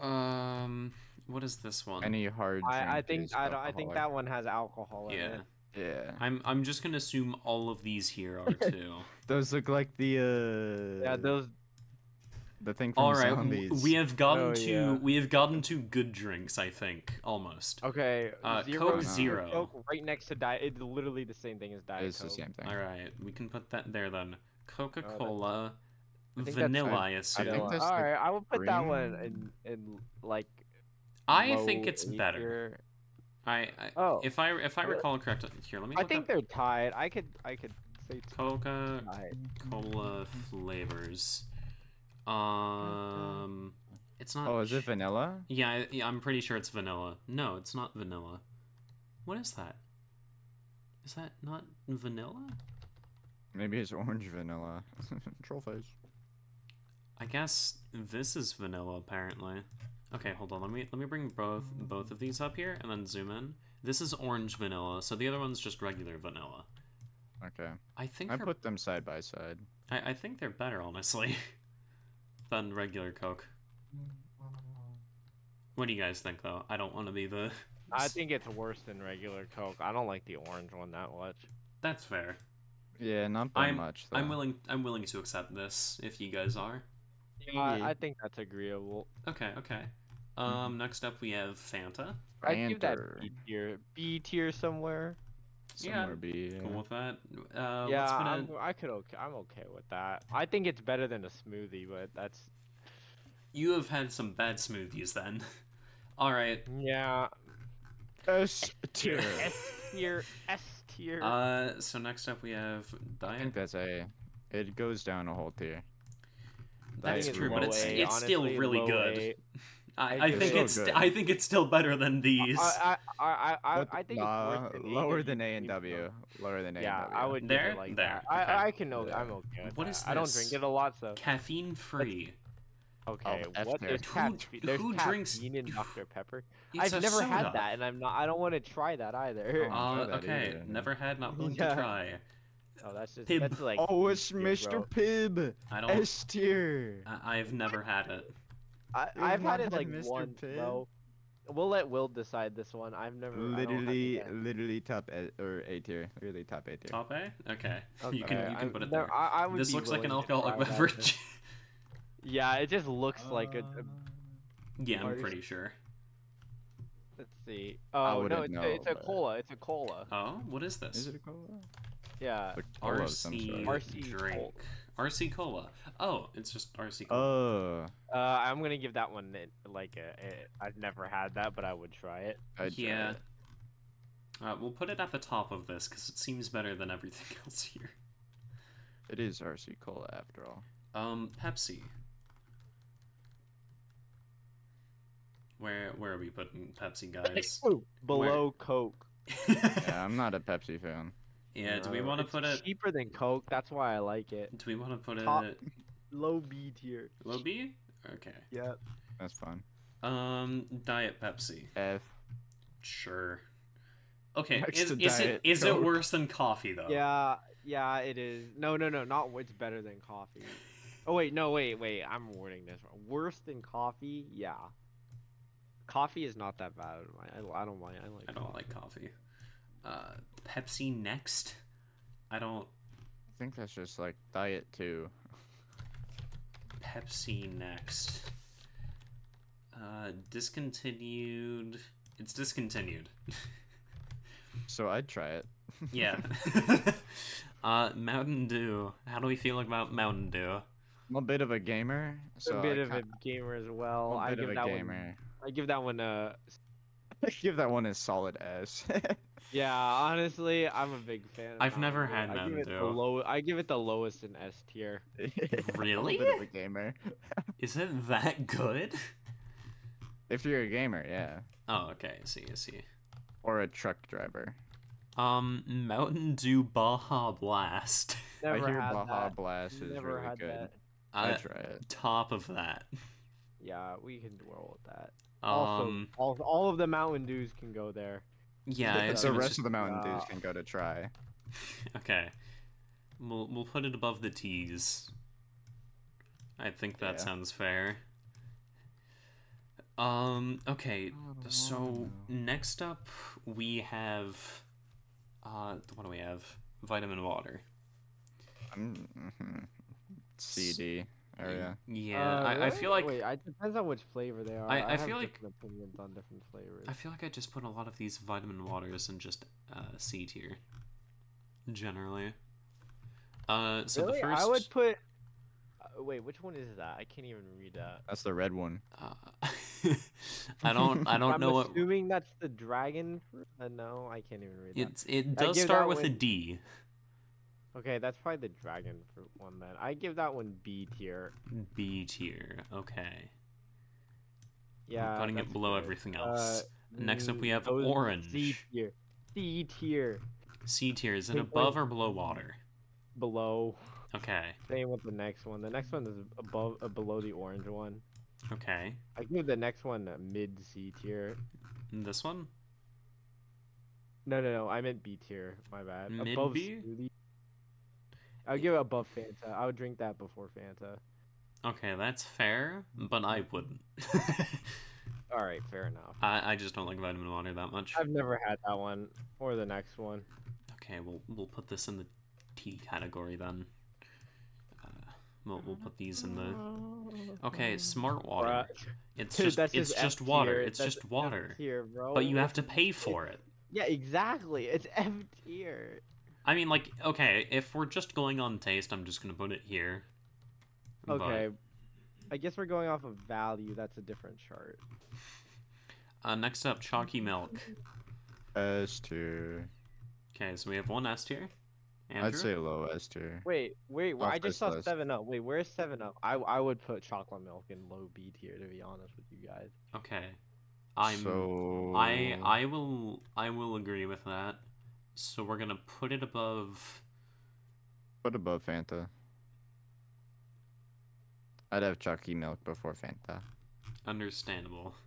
Speaker 1: Um, what is this one?
Speaker 3: Any hard drink
Speaker 2: I, I think
Speaker 3: is
Speaker 2: I, don't, I think that
Speaker 3: alcoholic.
Speaker 2: one has alcohol in
Speaker 1: yeah,
Speaker 2: it.
Speaker 3: Yeah.
Speaker 1: I'm I'm just gonna assume all of these here are too.
Speaker 3: Those look like the uh
Speaker 2: Yeah. Those.
Speaker 3: the thing from
Speaker 1: All right, w-
Speaker 3: zombies.
Speaker 1: we have gotten
Speaker 2: Oh,
Speaker 1: to
Speaker 2: yeah.
Speaker 1: we have gotten to good drinks. I think almost.
Speaker 2: Okay.
Speaker 1: Uh,
Speaker 2: zero,
Speaker 1: Coke
Speaker 2: is
Speaker 1: Zero.
Speaker 2: Coke right next to diet. It's literally the same thing as diet
Speaker 3: it's
Speaker 2: Coke.
Speaker 3: the same thing.
Speaker 1: All right, we can put that there then. Coca Cola,
Speaker 2: Oh, I think that's
Speaker 1: vanilla.
Speaker 3: fine.
Speaker 1: I
Speaker 3: I
Speaker 1: assume.
Speaker 3: think
Speaker 2: All
Speaker 3: that's the
Speaker 2: right, I will put that
Speaker 3: green-
Speaker 2: one in in like.
Speaker 1: I think
Speaker 2: low
Speaker 1: it's better.
Speaker 2: tier.
Speaker 1: I, I
Speaker 2: Oh.
Speaker 1: if I if I
Speaker 2: Really?
Speaker 1: recall correctly, here let me.
Speaker 2: I
Speaker 1: Look
Speaker 2: think
Speaker 1: up
Speaker 2: they're tied. I could I could say t-
Speaker 1: Coca
Speaker 2: tied.
Speaker 1: Cola flavors.
Speaker 2: Mm-hmm.
Speaker 1: Um, it's not.
Speaker 3: Oh, is it
Speaker 1: sh-
Speaker 3: vanilla?
Speaker 1: Yeah, I- yeah, I'm pretty sure it's vanilla. No, it's not vanilla. What is that? Is that not vanilla?
Speaker 3: Maybe it's orange vanilla. Troll face.
Speaker 1: I guess this is vanilla apparently. Okay, hold on. Let me let me bring both both of these up here and then zoom in. This is orange vanilla, so the other one's just regular vanilla.
Speaker 3: Okay.
Speaker 1: I think
Speaker 3: I
Speaker 1: they're,
Speaker 3: put them side by side.
Speaker 1: I, I think they're better honestly than regular Coke. What do you guys think though? I don't want to be the.
Speaker 2: I think it's worse than regular Coke. I don't like the orange one that much.
Speaker 1: that's fair.
Speaker 3: Yeah, not by
Speaker 1: I'm-
Speaker 3: much. Though.
Speaker 1: I'm willing. I'm willing to accept this if you guys are.
Speaker 2: Yeah, I-
Speaker 3: Yeah.
Speaker 2: I think that's agreeable.
Speaker 1: Okay. Okay. Um. Next up, we have Fanta.
Speaker 2: I give that
Speaker 3: Banter.
Speaker 2: B tier, B tier somewhere.
Speaker 1: Yeah,
Speaker 3: Somewhere B. yeah.
Speaker 1: Cool with that. Uh,
Speaker 2: yeah,
Speaker 1: let's put
Speaker 2: I'm,
Speaker 1: in-
Speaker 2: I could okay, I'm okay with that. I think it's better than a smoothie, but that's
Speaker 1: You have had some bad smoothies then. All right.
Speaker 2: yeah.
Speaker 3: Oh, S tier.
Speaker 2: S tier, S tier.
Speaker 1: Uh, so next up we have
Speaker 3: I
Speaker 1: diet.
Speaker 3: think that's A. It goes down a whole tier.
Speaker 2: I think
Speaker 1: That's
Speaker 3: Diet
Speaker 1: true, but
Speaker 3: Coke.
Speaker 2: low
Speaker 1: it's
Speaker 2: A,
Speaker 1: it's still
Speaker 2: honestly,
Speaker 1: really
Speaker 2: low
Speaker 1: good.
Speaker 2: A.
Speaker 1: I,
Speaker 2: I
Speaker 1: I
Speaker 2: think
Speaker 1: think
Speaker 3: so
Speaker 1: it's
Speaker 3: good.
Speaker 1: I think it's still better than these.
Speaker 2: I, I, I, I, I,
Speaker 3: What the-
Speaker 2: I think it's
Speaker 3: nah,
Speaker 2: worse than A
Speaker 3: lower
Speaker 2: and
Speaker 3: than
Speaker 2: B
Speaker 3: A and
Speaker 2: tier,
Speaker 3: W.
Speaker 2: so-
Speaker 3: Lower than A.
Speaker 2: Yeah,
Speaker 3: and
Speaker 2: I
Speaker 3: W.
Speaker 2: would give
Speaker 1: There?
Speaker 2: it like
Speaker 1: There,
Speaker 2: that. I,
Speaker 1: okay.
Speaker 2: I can know.
Speaker 3: Yeah.
Speaker 2: I'm okay. With
Speaker 1: What
Speaker 2: that.
Speaker 1: is
Speaker 2: I don't drink
Speaker 1: this?
Speaker 2: it a lot, so
Speaker 1: Caffeine free.
Speaker 2: okay.
Speaker 3: Oh, F
Speaker 2: what
Speaker 3: tier.
Speaker 2: there's
Speaker 1: Who-
Speaker 2: caffeine? There's
Speaker 1: who drinks-
Speaker 2: caffeine in Dr Pepper.
Speaker 1: It's
Speaker 2: I've
Speaker 1: a
Speaker 2: never
Speaker 1: soda.
Speaker 2: had that, and I'm not. I don't want to try that either.
Speaker 3: I
Speaker 1: Uh,
Speaker 3: don't enjoy that
Speaker 1: okay,
Speaker 3: either, no.
Speaker 1: never had, not willing to
Speaker 2: Yeah.
Speaker 1: try.
Speaker 2: Oh, that's just
Speaker 1: Pib.
Speaker 2: that's like.
Speaker 3: Oh, it's
Speaker 2: B tier, bro.
Speaker 3: Mr. Pibb.
Speaker 1: I don't.
Speaker 3: S tier.
Speaker 1: I, I've never had it.
Speaker 2: I,
Speaker 3: You've
Speaker 2: I've
Speaker 3: not
Speaker 2: had it
Speaker 3: had
Speaker 2: like
Speaker 3: Mr.
Speaker 2: once.
Speaker 3: Pibb?
Speaker 2: though. We'll let Will decide this one. I've never. I don't- I think
Speaker 3: Literally,
Speaker 2: I-
Speaker 3: literally top A or A tier. Literally top A tier.
Speaker 1: Top A? Okay.
Speaker 2: Okay,
Speaker 1: You can you can
Speaker 2: I'm-
Speaker 1: put it
Speaker 2: no,
Speaker 1: there.
Speaker 2: I, I would
Speaker 1: This
Speaker 2: be
Speaker 1: looks like an
Speaker 2: willing to
Speaker 1: alcoholic
Speaker 2: try that, but-
Speaker 1: beverage.
Speaker 2: Yeah, it just looks like a.
Speaker 3: Uh,
Speaker 2: a-
Speaker 1: yeah, I'm
Speaker 2: Parties.
Speaker 1: pretty sure.
Speaker 2: Let's see. Oh no,
Speaker 3: wouldn't
Speaker 2: it's,
Speaker 3: know,
Speaker 2: a, it's a
Speaker 3: but-
Speaker 2: cola. It's a cola.
Speaker 1: Oh, what is this?
Speaker 3: Is it a cola?
Speaker 2: Yeah.
Speaker 3: It's a cola of some
Speaker 1: RC,
Speaker 3: sort.
Speaker 2: RC
Speaker 1: drink. RC cola. Oh, it's just RC cola.
Speaker 3: Oh,
Speaker 2: Uh, I'm gonna give that one it- like a, a. I've never had that, but I would try it.
Speaker 3: I'd try
Speaker 1: yeah.
Speaker 3: it.
Speaker 1: Uh, we'll put it at the top of this because it seems better than everything else here.
Speaker 3: It is RC cola after all.
Speaker 1: Um, Pepsi. Where where are we putting Pepsi, guys?
Speaker 2: Ooh, below Uh, Coke.
Speaker 3: Yeah, I'm not a Pepsi fan.
Speaker 1: Yeah, do we
Speaker 3: No,
Speaker 1: want to
Speaker 2: It's
Speaker 1: put it?
Speaker 2: cheaper than Coke. That's why I like it.
Speaker 1: Do we want to put it
Speaker 2: Top-
Speaker 1: at
Speaker 2: Low B tier.
Speaker 1: low B? Okay.
Speaker 2: Yeah.
Speaker 3: That's fun.
Speaker 1: Um, Diet Pepsi.
Speaker 3: F.
Speaker 1: Sure. Okay,
Speaker 3: Next
Speaker 1: is,
Speaker 3: to
Speaker 1: is it
Speaker 3: Diet
Speaker 1: is it
Speaker 3: Coke.
Speaker 1: worse than coffee though?
Speaker 2: Yeah. Yeah. It is. No. No. No. Not. It's better than coffee. Oh wait. No. Wait. Wait. I'm wording this wrong. Worse than coffee. Yeah. Coffee is not that bad. I, I don't mind. I like.
Speaker 1: I don't
Speaker 2: coffee.
Speaker 1: like coffee. Uh, Pepsi next. I don't.
Speaker 3: I think that's just like diet too.
Speaker 1: Pepsi next. Uh, discontinued. It's discontinued.
Speaker 3: So I'd try it.
Speaker 1: Yeah. uh, Mountain Dew. How do we feel about Mountain Dew?
Speaker 3: I'm a bit of a gamer. So
Speaker 2: a bit
Speaker 3: I
Speaker 2: of
Speaker 3: ki-
Speaker 2: a gamer as well.
Speaker 3: I'm a
Speaker 2: I
Speaker 3: bit
Speaker 2: give
Speaker 3: of
Speaker 2: that
Speaker 3: a
Speaker 2: one.
Speaker 3: gamer.
Speaker 2: I give that one a.
Speaker 3: I give that one a solid S.
Speaker 2: Yeah. Honestly, I'm a big fan. of
Speaker 1: I've
Speaker 2: Mountain
Speaker 1: never
Speaker 2: Dew.
Speaker 1: had
Speaker 2: I give
Speaker 1: Mountain
Speaker 2: it the
Speaker 1: Dew.
Speaker 2: low. I give it the lowest in S tier.
Speaker 1: Really?
Speaker 3: I'm a bit of a gamer.
Speaker 1: Is it that good?
Speaker 3: If you're a gamer, yeah.
Speaker 1: Oh, okay. I see. I see.
Speaker 3: Or a truck driver.
Speaker 1: Um, Mountain Dew Baja Blast.
Speaker 2: Never
Speaker 3: I hear
Speaker 2: had
Speaker 3: Baja
Speaker 2: that.
Speaker 3: Blast is
Speaker 2: Never
Speaker 3: really
Speaker 2: had
Speaker 3: good.
Speaker 2: that.
Speaker 3: I
Speaker 1: Uh,
Speaker 3: try it.
Speaker 1: top of that.
Speaker 2: Yeah, we can dwell with that. also,
Speaker 1: Um,
Speaker 2: all, all of the Mountain Dews can go there.
Speaker 1: yeah, I
Speaker 3: the
Speaker 1: assume it's
Speaker 3: rest
Speaker 1: just-
Speaker 3: of the Mountain Dews
Speaker 2: Nah.
Speaker 3: can go to try.
Speaker 1: Okay. We'll we'll put it above the T's. I think that
Speaker 3: Yeah.
Speaker 1: sounds fair. Um okay, so next up we have uh what do we have? Vitamin water.
Speaker 3: Mm-hmm. CD area.
Speaker 1: Yeah,
Speaker 2: Uh,
Speaker 1: I, I
Speaker 2: really?
Speaker 1: feel like
Speaker 2: Wait, it depends on which flavor they are.
Speaker 1: I-
Speaker 2: I,
Speaker 1: I
Speaker 2: have
Speaker 1: feel like-
Speaker 2: different opinions on different flavors.
Speaker 1: I feel like I just put a lot of these vitamin waters in just uh C tier. Generally. Uh so
Speaker 2: really,
Speaker 1: the first
Speaker 2: I would put. Uh, wait, which one is that? I can't even read that.
Speaker 3: That's the red one.
Speaker 1: uh, I don't I don't
Speaker 2: I'm
Speaker 1: know what
Speaker 2: assuming that's the dragon. fruit? Uh, no, I can't even read that.
Speaker 1: It's it
Speaker 2: I
Speaker 1: does
Speaker 2: give
Speaker 1: start
Speaker 2: that
Speaker 1: with a
Speaker 2: one-
Speaker 1: D.
Speaker 2: Okay, that's probably the dragon fruit one then. I give that one B tier.
Speaker 1: B tier. Okay.
Speaker 2: Yeah,
Speaker 1: We're putting it
Speaker 2: that's
Speaker 1: below
Speaker 2: fair.
Speaker 1: everything
Speaker 2: Uh,
Speaker 1: else. Next up, we
Speaker 2: mm,
Speaker 1: have
Speaker 2: those- C
Speaker 1: orange.
Speaker 2: tier. C tier
Speaker 1: C tier. Is it
Speaker 2: Pink
Speaker 1: above
Speaker 2: one.
Speaker 1: or below water?
Speaker 2: below.
Speaker 1: Okay.
Speaker 2: Same with the next one. The next one is above, uh, below the orange one.
Speaker 1: Okay.
Speaker 2: I give the next one a mid C tier.
Speaker 1: And this one?
Speaker 2: No, no, no. I meant B tier. My bad.
Speaker 1: Mid
Speaker 2: above
Speaker 1: B?
Speaker 2: Smoothie. I would give it above Fanta. I would drink that before Fanta.
Speaker 1: Okay, that's fair, but I wouldn't.
Speaker 2: All right, fair enough.
Speaker 1: I, I just don't like vitamin water that much.
Speaker 2: I've never had that one or the next one.
Speaker 1: Okay, we'll we'll put this in the T category then. Uh, we'll we'll put these in the Okay, smart water.
Speaker 2: Bruh.
Speaker 1: It's
Speaker 2: Dude,
Speaker 1: just
Speaker 2: that's
Speaker 1: it's
Speaker 2: just
Speaker 1: just
Speaker 2: F
Speaker 1: water.
Speaker 2: tier,
Speaker 1: It's
Speaker 2: that's
Speaker 1: just water.
Speaker 2: Tier, bro.
Speaker 1: But you have to pay for it.
Speaker 2: Yeah, exactly. It's F tier.
Speaker 1: I mean, like, okay, if we're just going on taste, I'm just gonna put it here. But,
Speaker 2: Okay. I guess we're going off of value. That's a different chart.
Speaker 1: uh, next up, chalky milk.
Speaker 3: S tier.
Speaker 1: Okay, so we have one S tier. Andrew?
Speaker 3: I'd say low S tier.
Speaker 2: Wait, wait. wh-
Speaker 3: Off
Speaker 2: I just
Speaker 3: this
Speaker 2: saw
Speaker 3: list.
Speaker 2: Seven Up. Wait, where's Seven Up? I I would put chocolate milk in low B tier to be honest with you guys.
Speaker 1: Okay. I'm.
Speaker 3: so uh,
Speaker 1: I I will I will agree with that. So we're gonna put it above.
Speaker 3: put above Fanta. I'd have Chucky milk before Fanta.
Speaker 1: Understandable.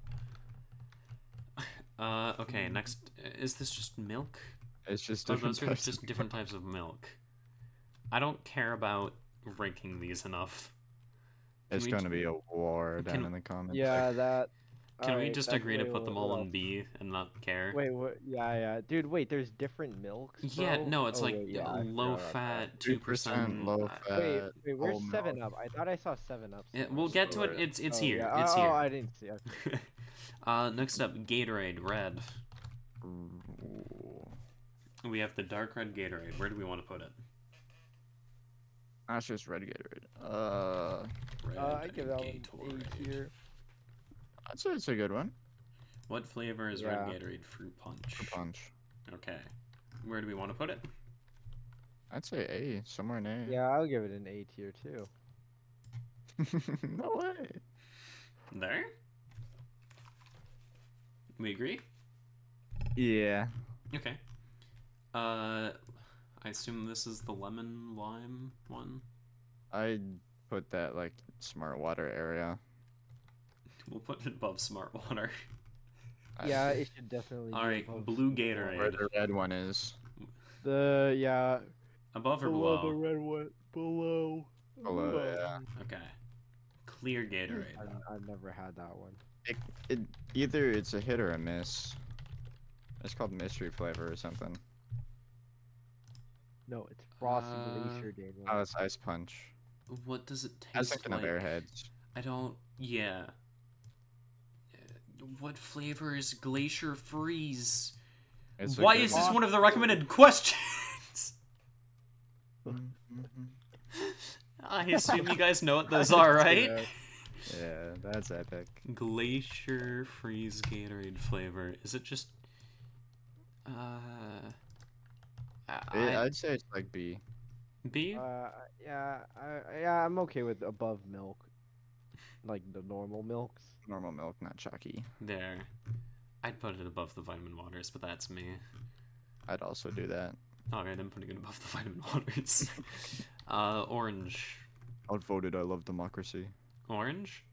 Speaker 1: Uh, okay. Next, is this just milk?
Speaker 3: It's just
Speaker 1: Oh,
Speaker 3: different.
Speaker 1: those are
Speaker 3: types
Speaker 1: just
Speaker 3: of-
Speaker 1: different types of milk. I don't care about ranking these enough. Can
Speaker 3: It's
Speaker 1: we
Speaker 3: going to
Speaker 1: ju-
Speaker 3: be a war down
Speaker 1: can-
Speaker 3: in the comments.
Speaker 2: Yeah, that.
Speaker 1: Can we
Speaker 2: alright,
Speaker 1: just
Speaker 2: that's
Speaker 1: agree to
Speaker 2: way
Speaker 1: put them
Speaker 2: low-
Speaker 1: all
Speaker 2: low.
Speaker 1: in B and not care?
Speaker 2: Wait, what? Yeah, yeah, dude. Wait, there's different milks.
Speaker 1: yeah,
Speaker 2: bro?
Speaker 1: no, it's
Speaker 2: Oh,
Speaker 1: like
Speaker 2: wait, yeah, I
Speaker 1: low
Speaker 2: forgot about
Speaker 1: fat, two
Speaker 3: 2%
Speaker 1: percent. Uh,
Speaker 3: low
Speaker 2: that. Wait,
Speaker 3: fat.
Speaker 2: wait, where's
Speaker 3: Uh, whole
Speaker 2: Seven Up? I thought I saw Seven Up.
Speaker 1: Yeah,
Speaker 2: somewhere.
Speaker 1: we'll get to it.
Speaker 3: lower.
Speaker 1: It's it's
Speaker 2: Oh,
Speaker 1: here.
Speaker 2: yeah,
Speaker 1: It's
Speaker 2: oh,
Speaker 1: here.
Speaker 2: Oh, I didn't see. Okay.
Speaker 1: uh, next up, Gatorade Red.
Speaker 3: Ooh.
Speaker 1: We have the dark red Gatorade. Where do we want to put it?
Speaker 3: That's just red Gatorade. Uh,
Speaker 1: Red
Speaker 2: Uh, I give that one A
Speaker 1: Gatorade.
Speaker 2: tier.
Speaker 3: I'd say it's a good one.
Speaker 1: What flavor is red
Speaker 2: Yeah.
Speaker 1: Gatorade? Fruit punch.
Speaker 3: A punch.
Speaker 1: Okay. Where do we want to put it?
Speaker 3: I'd say A, somewhere in A.
Speaker 2: Yeah, I'll give it an A tier too.
Speaker 3: no way.
Speaker 1: There. We agree.
Speaker 3: Yeah.
Speaker 1: Okay. Uh, I assume this is the lemon lime one.
Speaker 3: I put that like smart water area.
Speaker 1: We'll put it above smart water.
Speaker 3: I-
Speaker 2: Yeah, it should definitely.
Speaker 1: All
Speaker 2: be
Speaker 1: right,
Speaker 2: above
Speaker 1: blue
Speaker 2: the-
Speaker 3: where
Speaker 1: Gatorade.
Speaker 3: the red one is
Speaker 2: The yeah,
Speaker 1: Above or
Speaker 2: below the
Speaker 1: below?
Speaker 2: red one, below.
Speaker 3: below. Yeah.
Speaker 1: Okay. Clear Gatorade.
Speaker 2: I, I've never had that one.
Speaker 3: It, it either it's a hit or a miss. It's called mystery flavor or something.
Speaker 2: No, it's frost
Speaker 1: Uh,
Speaker 2: glacier, Daniel.
Speaker 3: Oh, it's ice punch.
Speaker 1: What does it
Speaker 3: I was
Speaker 1: taste
Speaker 3: thinking
Speaker 1: like?
Speaker 3: of airheads.
Speaker 1: I don't. Yeah. Uh, What flavor is Glacier Freeze?
Speaker 3: It's a
Speaker 1: Why
Speaker 3: good
Speaker 1: is this
Speaker 2: one.
Speaker 1: one of the recommended questions?
Speaker 3: Mhm, mhm.
Speaker 1: I assume you guys know what those are, right?
Speaker 3: Yeah. Yeah, that's epic.
Speaker 1: Glacier Freeze Gatorade flavor. Is it just. Uh. I,
Speaker 3: It,
Speaker 1: I-
Speaker 3: I'd say it's like B.
Speaker 1: B?
Speaker 2: Uh, yeah, I, yeah, I'm okay with above milk, like the normal milks.
Speaker 3: Normal milk, not chalky.
Speaker 1: There. I'd put it above the vitamin waters, but that's me.
Speaker 3: I'd also do that.
Speaker 1: Alright, I'm putting it above the vitamin waters. uh, orange.
Speaker 3: Outvoted. I love democracy.
Speaker 1: Orange?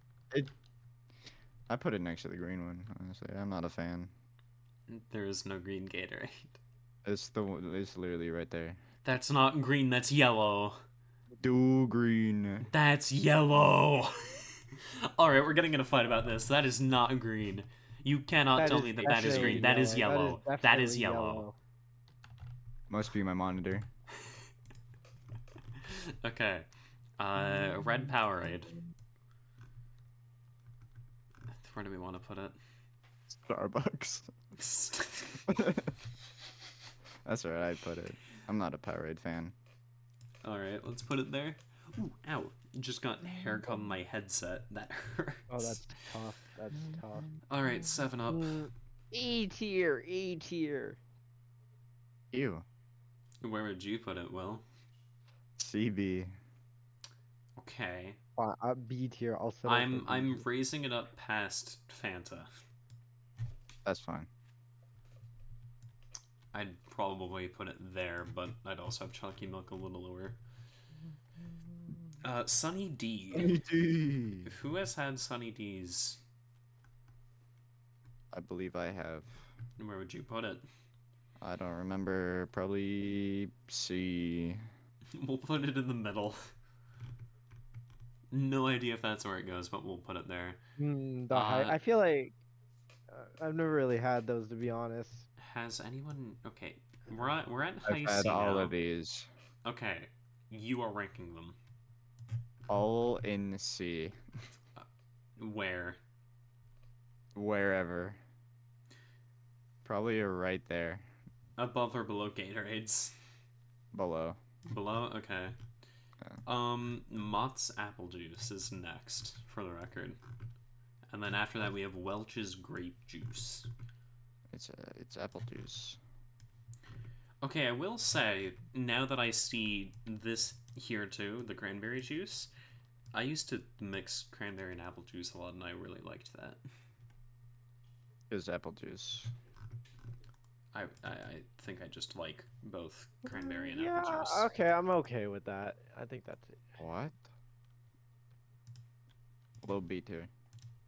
Speaker 3: I put it next to the green one. Honestly, I'm not a fan.
Speaker 1: There is no green Gatorade.
Speaker 3: It's the one- it's literally right there.
Speaker 1: That's not green, that's yellow.
Speaker 3: Do green.
Speaker 1: That's yellow! Alright, we're getting in a fight about this. That is not green. You cannot
Speaker 2: That
Speaker 1: tell
Speaker 2: is
Speaker 1: me that that is
Speaker 2: definitely
Speaker 1: green. That is yellow. That is,
Speaker 2: definitely
Speaker 1: yellow.
Speaker 3: Must be my monitor.
Speaker 1: Okay. Uh, red Powerade. Where do we want to put it?
Speaker 3: Starbucks. That's where I put it. I'm not a Powerade fan.
Speaker 1: Alright, let's put it there. Ooh, ow. Just got hair come my headset. That hurts.
Speaker 2: Oh, that's tough. That's tough.
Speaker 1: Alright, 7 up.
Speaker 2: Mm, E tier, E tier.
Speaker 3: Ew.
Speaker 1: Where would you put it, Will?
Speaker 3: CB.
Speaker 1: Okay.
Speaker 2: Fine, uh, B tier. I'll settle
Speaker 1: I'm
Speaker 2: for B
Speaker 1: I'm
Speaker 2: tier.
Speaker 1: raising it up past Fanta.
Speaker 3: That's fine.
Speaker 1: I'd probably put it there, but I'd also have chalky milk a little lower. Uh, Sunny D.
Speaker 3: I
Speaker 1: Who has had Sunny D's?
Speaker 3: believe I have.
Speaker 1: Where would you put it?
Speaker 3: I don't remember. Probably C.
Speaker 1: We'll put it in the middle. No idea if that's where it goes, but we'll put it there.
Speaker 2: Mm, the high-
Speaker 1: uh,
Speaker 2: I feel like uh, I've never really had those to be honest.
Speaker 1: Has anyone? Okay, we're at we're at high
Speaker 3: I've had
Speaker 1: C
Speaker 3: all
Speaker 1: now.
Speaker 3: of these.
Speaker 1: Okay, you are ranking them.
Speaker 3: All in C.
Speaker 1: Where?
Speaker 3: Wherever. Probably right there.
Speaker 1: Above or below Gatorades?
Speaker 3: Below.
Speaker 1: Below. Okay.
Speaker 3: Okay.
Speaker 1: Um, Mott's apple juice is next, for the record, and then after that we have Welch's grape juice.
Speaker 3: It's uh, it's apple juice.
Speaker 1: Okay, I will say, now that I see this here too, the cranberry juice, I used to mix cranberry and apple juice a lot, and I really liked that.
Speaker 3: It's apple juice.
Speaker 1: I, I, I think I just like both cranberry and
Speaker 2: yeah,
Speaker 1: apple juice.
Speaker 2: okay, I'm okay with that. I think that's it.
Speaker 3: What? Low B tier.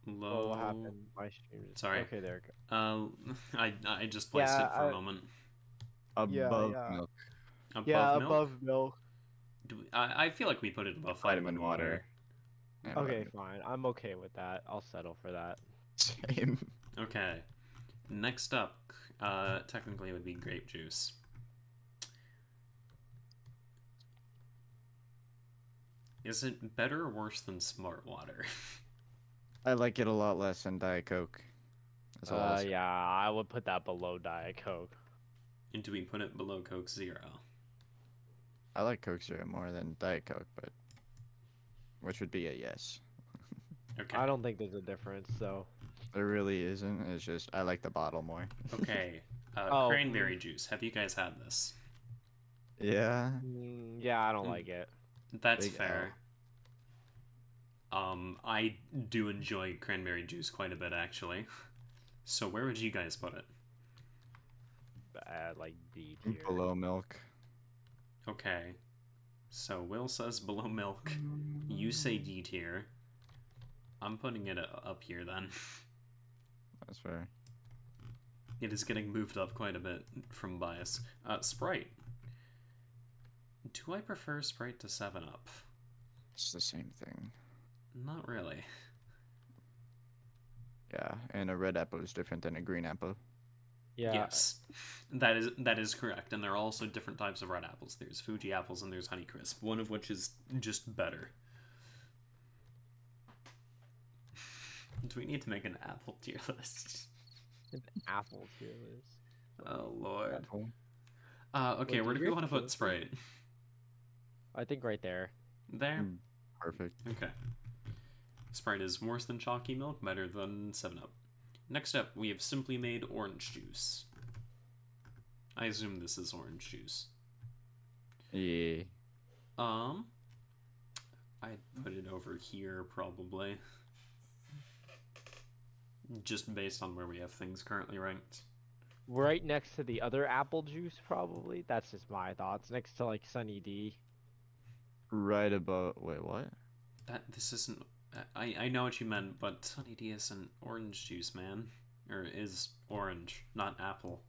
Speaker 2: Oh,
Speaker 1: Low.
Speaker 2: what happened? Oh, My stream. just-
Speaker 1: Sorry.
Speaker 2: Okay, there it goes.
Speaker 1: Uh, I, I just placed
Speaker 2: Yeah,
Speaker 1: it for a
Speaker 2: I-
Speaker 1: moment.
Speaker 3: Above
Speaker 2: Yeah, yeah.
Speaker 3: milk.
Speaker 1: Above
Speaker 2: yeah,
Speaker 1: milk?
Speaker 2: above milk.
Speaker 1: Do we- I, I feel like we put it above
Speaker 3: Vitamin
Speaker 1: vitamin water.
Speaker 3: Yeah,
Speaker 2: Okay, fine. I'm okay with that. I'll settle for that.
Speaker 3: but- Same.
Speaker 1: Okay. Next up, uh, technically it would be grape juice. Is it better or worse than smart water?
Speaker 3: I like it a lot less than Diet Coke. That's all I'll
Speaker 2: Uh,
Speaker 3: say.
Speaker 2: yeah, I would put that below Diet Coke.
Speaker 1: And do we put it below Coke Zero?
Speaker 3: I like Coke Zero more than Diet Coke, but which would be a yes.
Speaker 1: Okay.
Speaker 2: I don't think there's a difference, so.
Speaker 3: There really isn't. It's just I like the bottle more.
Speaker 1: Okay. Uh,
Speaker 2: Oh.
Speaker 1: Cranberry juice. Have you guys had this?
Speaker 3: Yeah.
Speaker 2: Mm, yeah, I don't
Speaker 1: Mm.
Speaker 2: like it.
Speaker 1: That's
Speaker 3: Big
Speaker 1: fair. Um, I do enjoy cranberry juice quite a bit, actually. So where would you guys put it?
Speaker 2: Uh, like B tier.
Speaker 3: Below milk.
Speaker 1: Okay. So Will says below milk. You say D tier. I'm putting it uh, up here then.
Speaker 3: That's fair.
Speaker 1: It is getting moved up quite a bit from bias. Uh, Sprite. Do I prefer Sprite to 7 Up?
Speaker 3: It's the same thing.
Speaker 1: Not really.
Speaker 3: Yeah, and a red apple is different than a green apple.
Speaker 4: Yeah.
Speaker 1: Yes. That is that is correct. And there are also different types of red apples. There's Fuji apples and there's Honeycrisp, one of which is just better. Do we need to make an apple tier list?
Speaker 2: Apple tier list.
Speaker 1: Oh lord.
Speaker 3: Apple.
Speaker 1: Uh, okay,
Speaker 2: Wait,
Speaker 1: where
Speaker 2: did
Speaker 1: do we
Speaker 2: we
Speaker 1: want to
Speaker 2: actually
Speaker 1: put
Speaker 2: list
Speaker 1: Sprite?
Speaker 2: I think right there.
Speaker 1: There.
Speaker 3: Mm. Perfect.
Speaker 1: Okay. Sprite is worse than chalky milk, better than 7 Up. Next up, we have simply made orange juice. I assume this is orange juice.
Speaker 3: Yeah.
Speaker 1: Um, I'd put it over here probably. Just based on where we have things currently ranked.
Speaker 2: Right next to the other apple juice, probably. That's just my thoughts. Next to like Sunny D.
Speaker 3: Right above. Wait, what?
Speaker 1: That this isn't. I I know what you meant, but Sunny D is an orange juice, man, or is orange, not apple.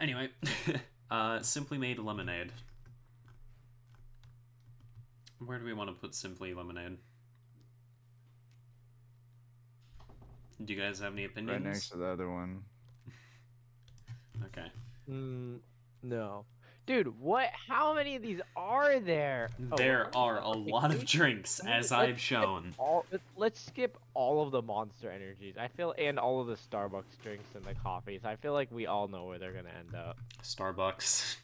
Speaker 1: Anyway, uh, simply made lemonade. Where do we want to put simply lemonade? Do you guys have any opinions?
Speaker 3: Right next to the other one.
Speaker 1: Okay.
Speaker 2: Mm, no. Dude, what? How many of these are there? Oh, wait,
Speaker 1: There
Speaker 2: what?
Speaker 1: are a
Speaker 2: Okay,
Speaker 1: lot
Speaker 2: can
Speaker 1: of
Speaker 2: we-
Speaker 1: drinks,
Speaker 2: can we-
Speaker 1: as
Speaker 2: let's
Speaker 1: I've
Speaker 2: skip
Speaker 1: shown.
Speaker 2: All, let- let's skip all of the monster energies. I feel and all of the Starbucks drinks and the coffees. I feel like we all know where they're gonna end up.
Speaker 1: Starbucks.
Speaker 3: so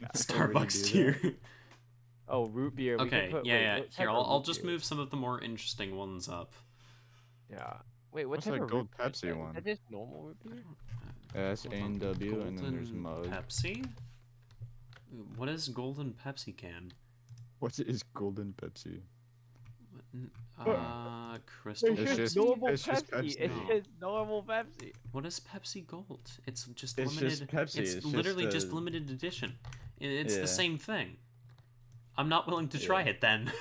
Speaker 3: we can
Speaker 1: Starbucks
Speaker 3: do
Speaker 1: tier.
Speaker 3: that.
Speaker 2: Oh, root beer. we can
Speaker 1: Okay,
Speaker 2: put-
Speaker 1: yeah,
Speaker 2: wait,
Speaker 1: yeah.
Speaker 2: what
Speaker 1: Here,
Speaker 2: type of
Speaker 1: I'll, I'll
Speaker 2: root
Speaker 1: just
Speaker 2: beer?
Speaker 1: move some of the more interesting ones up.
Speaker 2: Yeah. Wait, what
Speaker 3: What's
Speaker 2: type
Speaker 3: that
Speaker 2: of
Speaker 3: gold
Speaker 2: root beer is
Speaker 3: Pepsi
Speaker 2: that? Is
Speaker 3: one?
Speaker 2: that just normal root beer?
Speaker 3: S
Speaker 1: Hold on.
Speaker 3: and W, and then there's
Speaker 1: Golden
Speaker 3: mug.
Speaker 1: Pepsi? What is golden Pepsi can?
Speaker 3: What is golden Pepsi?
Speaker 1: What- n- Uh, crystal.
Speaker 3: It's
Speaker 2: It's
Speaker 1: Pepsi?
Speaker 3: just-
Speaker 2: just normal
Speaker 3: it's just
Speaker 2: Pepsi. It's
Speaker 1: Pepsi.
Speaker 2: just normal Pepsi.
Speaker 1: What is Pepsi Gold? It's just
Speaker 3: It's
Speaker 1: limited.
Speaker 3: just Pepsi,
Speaker 1: It's,
Speaker 3: it's just
Speaker 1: literally just,
Speaker 3: a-
Speaker 1: limited edition. I- It's
Speaker 3: Yeah.
Speaker 1: the same thing. I'm not willing to try
Speaker 3: Yeah.
Speaker 1: it then.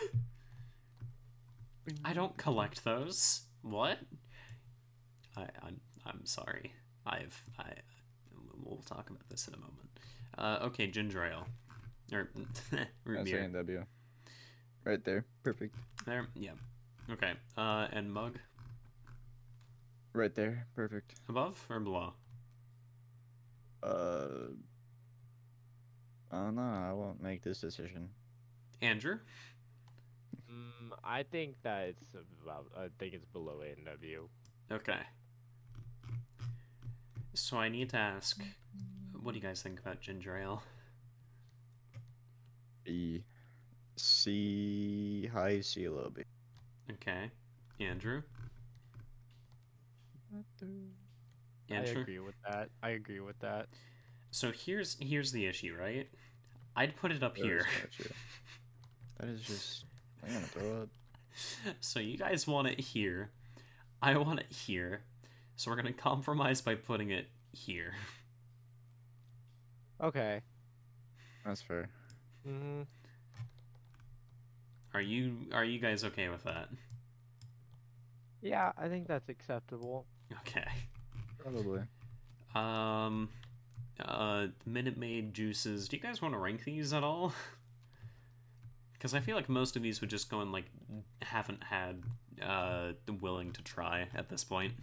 Speaker 1: I don't collect those. What? I, I'm I'm sorry. I've I. We'll talk about this in a moment. Uh, okay, ginger ale, or root
Speaker 3: S
Speaker 1: beer.
Speaker 3: and W. Right there. Perfect.
Speaker 1: There, yeah. Okay. Uh, and mug
Speaker 3: Right there. Perfect.
Speaker 1: above or below?
Speaker 3: Uh. I don't know. I won't make this decision.
Speaker 1: Andrew.
Speaker 2: Mm, I think that it's about. I think it's below A and W.
Speaker 1: Okay. So I need to ask, what do you guys think about ginger ale?
Speaker 3: E. C. High C a little bit.
Speaker 1: Okay, Andrew.
Speaker 2: I
Speaker 1: Andrew.
Speaker 2: agree with that. I agree with that.
Speaker 1: So here's here's the issue, right? I'd put it up here.
Speaker 3: That is just. I'm gonna throw up.
Speaker 1: so you guys want it here. I want it here. So we're gonna compromise by putting it here.
Speaker 2: Okay.
Speaker 3: That's fair.
Speaker 2: Mm-hmm.
Speaker 1: Are you are you guys okay with that?
Speaker 2: Yeah, I think that's acceptable.
Speaker 1: Okay.
Speaker 3: Probably.
Speaker 1: Um, uh, Minute Maid juices. Do you guys want to rank these at all? Because I feel like most of these would just go in like haven't had, uh, willing to try at this point.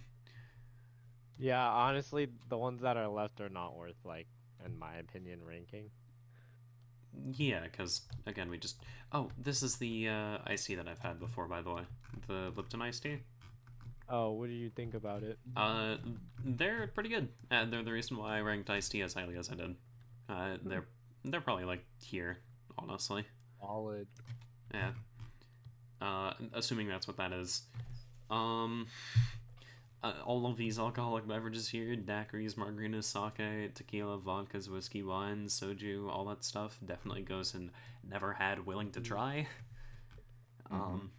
Speaker 2: Yeah, honestly, the ones that are left are not worth like, in my opinion, ranking.
Speaker 1: Yeah, because again, we just. Oh, this is the uh, icy that I've had before, by the way. The Lipton iced tea.
Speaker 2: Oh, what do you think about it?
Speaker 1: Uh, they're pretty good. Uh, they're the reason why I ranked iced tea as highly as I did. Uh, they're they're probably like here, honestly.
Speaker 2: Solid.
Speaker 1: Yeah. Uh, assuming that's what that is. Um, uh, all of these alcoholic beverages here daiquiris, margaritas, sake, tequila, vodkas, whiskey, wine, soju, all that stuff definitely goes in never had, willing to try. Um,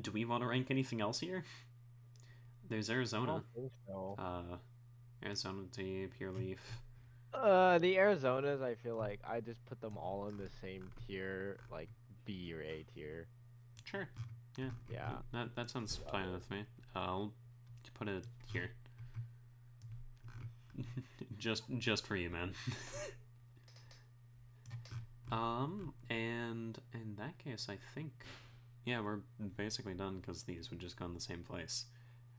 Speaker 1: do we want to rank anything else here? There's
Speaker 2: I
Speaker 1: Arizona.
Speaker 2: Oh. don't think so.
Speaker 1: Uh, Arizona tea, pure leaf.
Speaker 2: Uh, the Arizonas, I feel like I just put them all in the same tier, like B or A tier.
Speaker 1: Sure.
Speaker 2: Yeah.
Speaker 1: That that sounds fine with me. I'll put it here. just just for you, man. um, and in that case, I think, yeah, we're basically done because these would just go in the same place.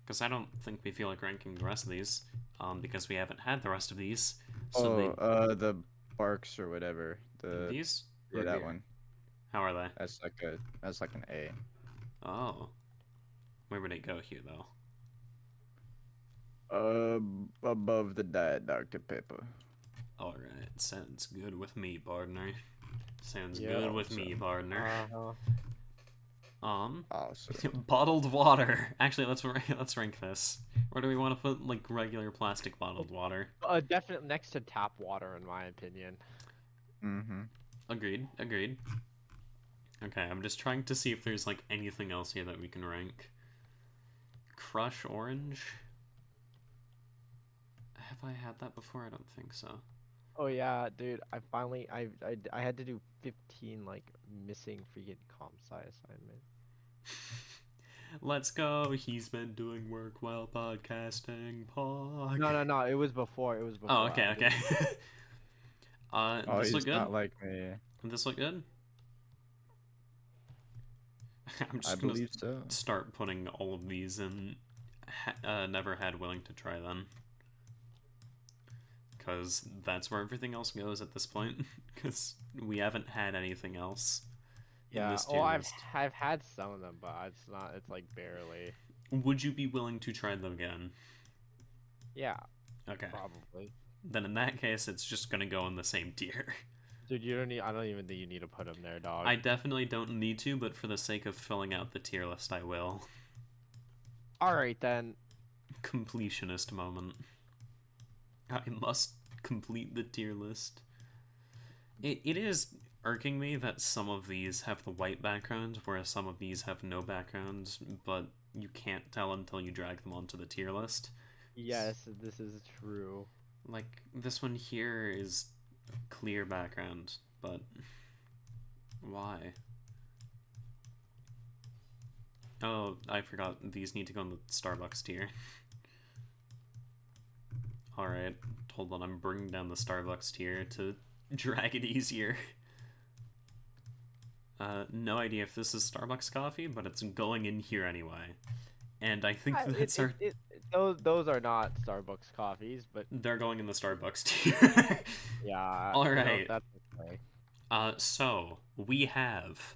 Speaker 1: Because I don't think we feel like ranking the rest of these, um, because we haven't had the rest of these. So
Speaker 3: oh,
Speaker 1: they-
Speaker 3: uh, the barks or whatever. The
Speaker 1: these,
Speaker 3: yeah,
Speaker 1: right
Speaker 3: that
Speaker 1: here.
Speaker 3: one.
Speaker 1: how are they?
Speaker 3: That's like a that's like an A.
Speaker 1: Oh, where would it go here though?
Speaker 3: Uh, above the diet Dr Pepper.
Speaker 1: All right, Oh, sounds good with me, Bardner. Sounds
Speaker 2: Yeah, Uh,
Speaker 1: good with me,
Speaker 3: awesome.
Speaker 1: Bardner.
Speaker 2: Uh-huh.
Speaker 1: um,
Speaker 3: Awesome.
Speaker 1: bottled water. Actually, let's ra- let's rank this. Where do we want to put like regular plastic bottled water?
Speaker 2: Uh, definitely next to tap water, in my opinion.
Speaker 3: mm-hmm.
Speaker 1: Agreed. Agreed. Okay, I'm just trying to see if there's like anything else here that we can rank. Crush orange. Have I had that before? I don't think so.
Speaker 2: Oh yeah, dude! I finally I I, d- I had to do 15 like missing freaking comp sci assignment.
Speaker 1: Let's go. He's been doing work while podcasting. Pod.
Speaker 2: No, no, no! It was before. It was before.
Speaker 1: Oh, okay,
Speaker 2: I
Speaker 1: okay.
Speaker 2: did-
Speaker 1: uh,
Speaker 3: Oh,
Speaker 1: this
Speaker 3: he's
Speaker 1: look good.
Speaker 3: not like me.
Speaker 1: This look good. I'm
Speaker 3: I
Speaker 1: just gonna
Speaker 3: believe so.
Speaker 1: start putting all of these in. Ha- uh, never had willing to try them, because that's where everything else goes at this point. Because we haven't had anything else. in
Speaker 2: Yeah.
Speaker 1: this
Speaker 2: Oh,
Speaker 1: tier
Speaker 2: I've
Speaker 1: list.
Speaker 2: I've had some of them, but it's not. It's like barely.
Speaker 1: Would you be willing to try them again?
Speaker 2: Yeah,
Speaker 1: Okay.
Speaker 2: probably.
Speaker 1: Then in that case, it's just gonna go in the same tier.
Speaker 2: Dude, you don't need. I don't even think you need to put them there, dog.
Speaker 1: I definitely don't need to, but for the sake of filling out the tier list, I will.
Speaker 2: All right then.
Speaker 1: completionist moment. I must complete the tier list. It, it is irking me that some of these have the white background, whereas some of these have no backgrounds, but you can't tell until you drag them onto the tier list.
Speaker 2: Yes, this is true.
Speaker 1: Like, this one here is clear background, but why? Oh, I forgot. These need to go in the Starbucks tier. Alright, hold on. I'm bringing down the Starbucks tier to drag it easier. Uh, no idea if this is Starbucks coffee, but it's going in here anyway. And I think
Speaker 2: I- it-
Speaker 1: that's
Speaker 2: it-
Speaker 1: our.
Speaker 2: it- it- those those are not Starbucks coffees, but
Speaker 1: They're going in the Starbucks tier.
Speaker 2: yeah.
Speaker 1: All
Speaker 2: you know,
Speaker 1: right.
Speaker 2: That's okay.
Speaker 1: Uh, so we have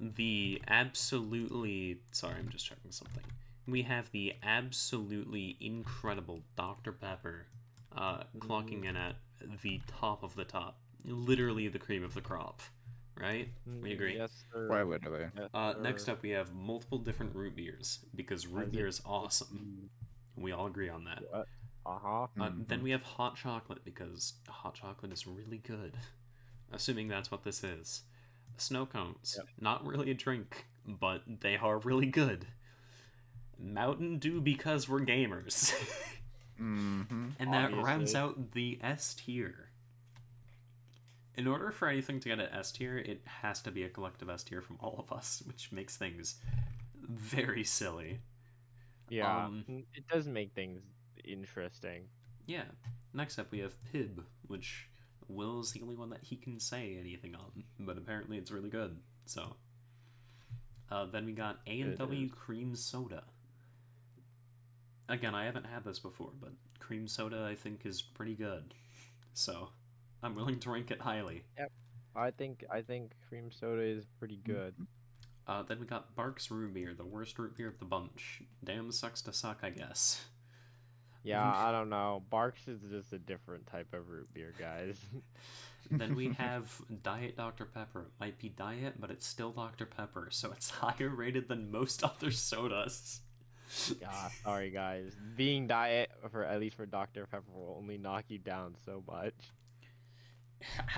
Speaker 1: the absolutely sorry, I'm just checking something. We have the absolutely incredible Dr. Pepper, uh, clocking in at the top of the top, literally the cream of the crop, right? We
Speaker 2: Mm,
Speaker 1: agree.
Speaker 2: Yes, sir.
Speaker 3: Why literally?
Speaker 2: Yes,
Speaker 1: Uh, next
Speaker 2: sir.
Speaker 1: up, we have multiple different root beers because root
Speaker 2: Isaac
Speaker 1: beer is awesome.
Speaker 2: Mm-hmm.
Speaker 1: We all agree on that.
Speaker 2: Uh huh.
Speaker 1: Uh, then
Speaker 3: Mhm.
Speaker 1: we have hot chocolate because hot chocolate is really good. Assuming that's what this is. Snow cones, not really a drink, but they are really good. Mountain Dew because we're gamers.
Speaker 3: Mhm.
Speaker 1: and that rounds
Speaker 2: Obviously.
Speaker 1: out the S tier. In order for anything to get an S tier, it has to be a collective S tier from all of us, which makes things very silly.
Speaker 2: Yeah,
Speaker 1: Um,
Speaker 2: mm, it does make things interesting.
Speaker 1: Yeah. Next up, we have Pib, which Will's the only one that he can say anything on, but apparently it's really good. So, uh, then we got A and
Speaker 2: It
Speaker 1: W
Speaker 2: is.
Speaker 1: cream soda. Again, I haven't had this before, but cream soda I think is pretty good. So, I'm willing to rank it highly.
Speaker 2: I think I think cream soda is pretty
Speaker 1: Mm,
Speaker 2: good.
Speaker 1: Uh, then we got Barks root beer, the worst root beer of the bunch. Damn sucks to suck, I guess.
Speaker 2: Yeah,
Speaker 1: mm.
Speaker 2: I don't know. Barks is just a different type of root beer, guys.
Speaker 1: Then we have Diet Dr. Pepper. It might be diet, but it's still Dr. Pepper, so it's higher rated than most other sodas.
Speaker 2: yeah, sorry guys. Being diet for at least for Dr Pepper will only knock you down so much.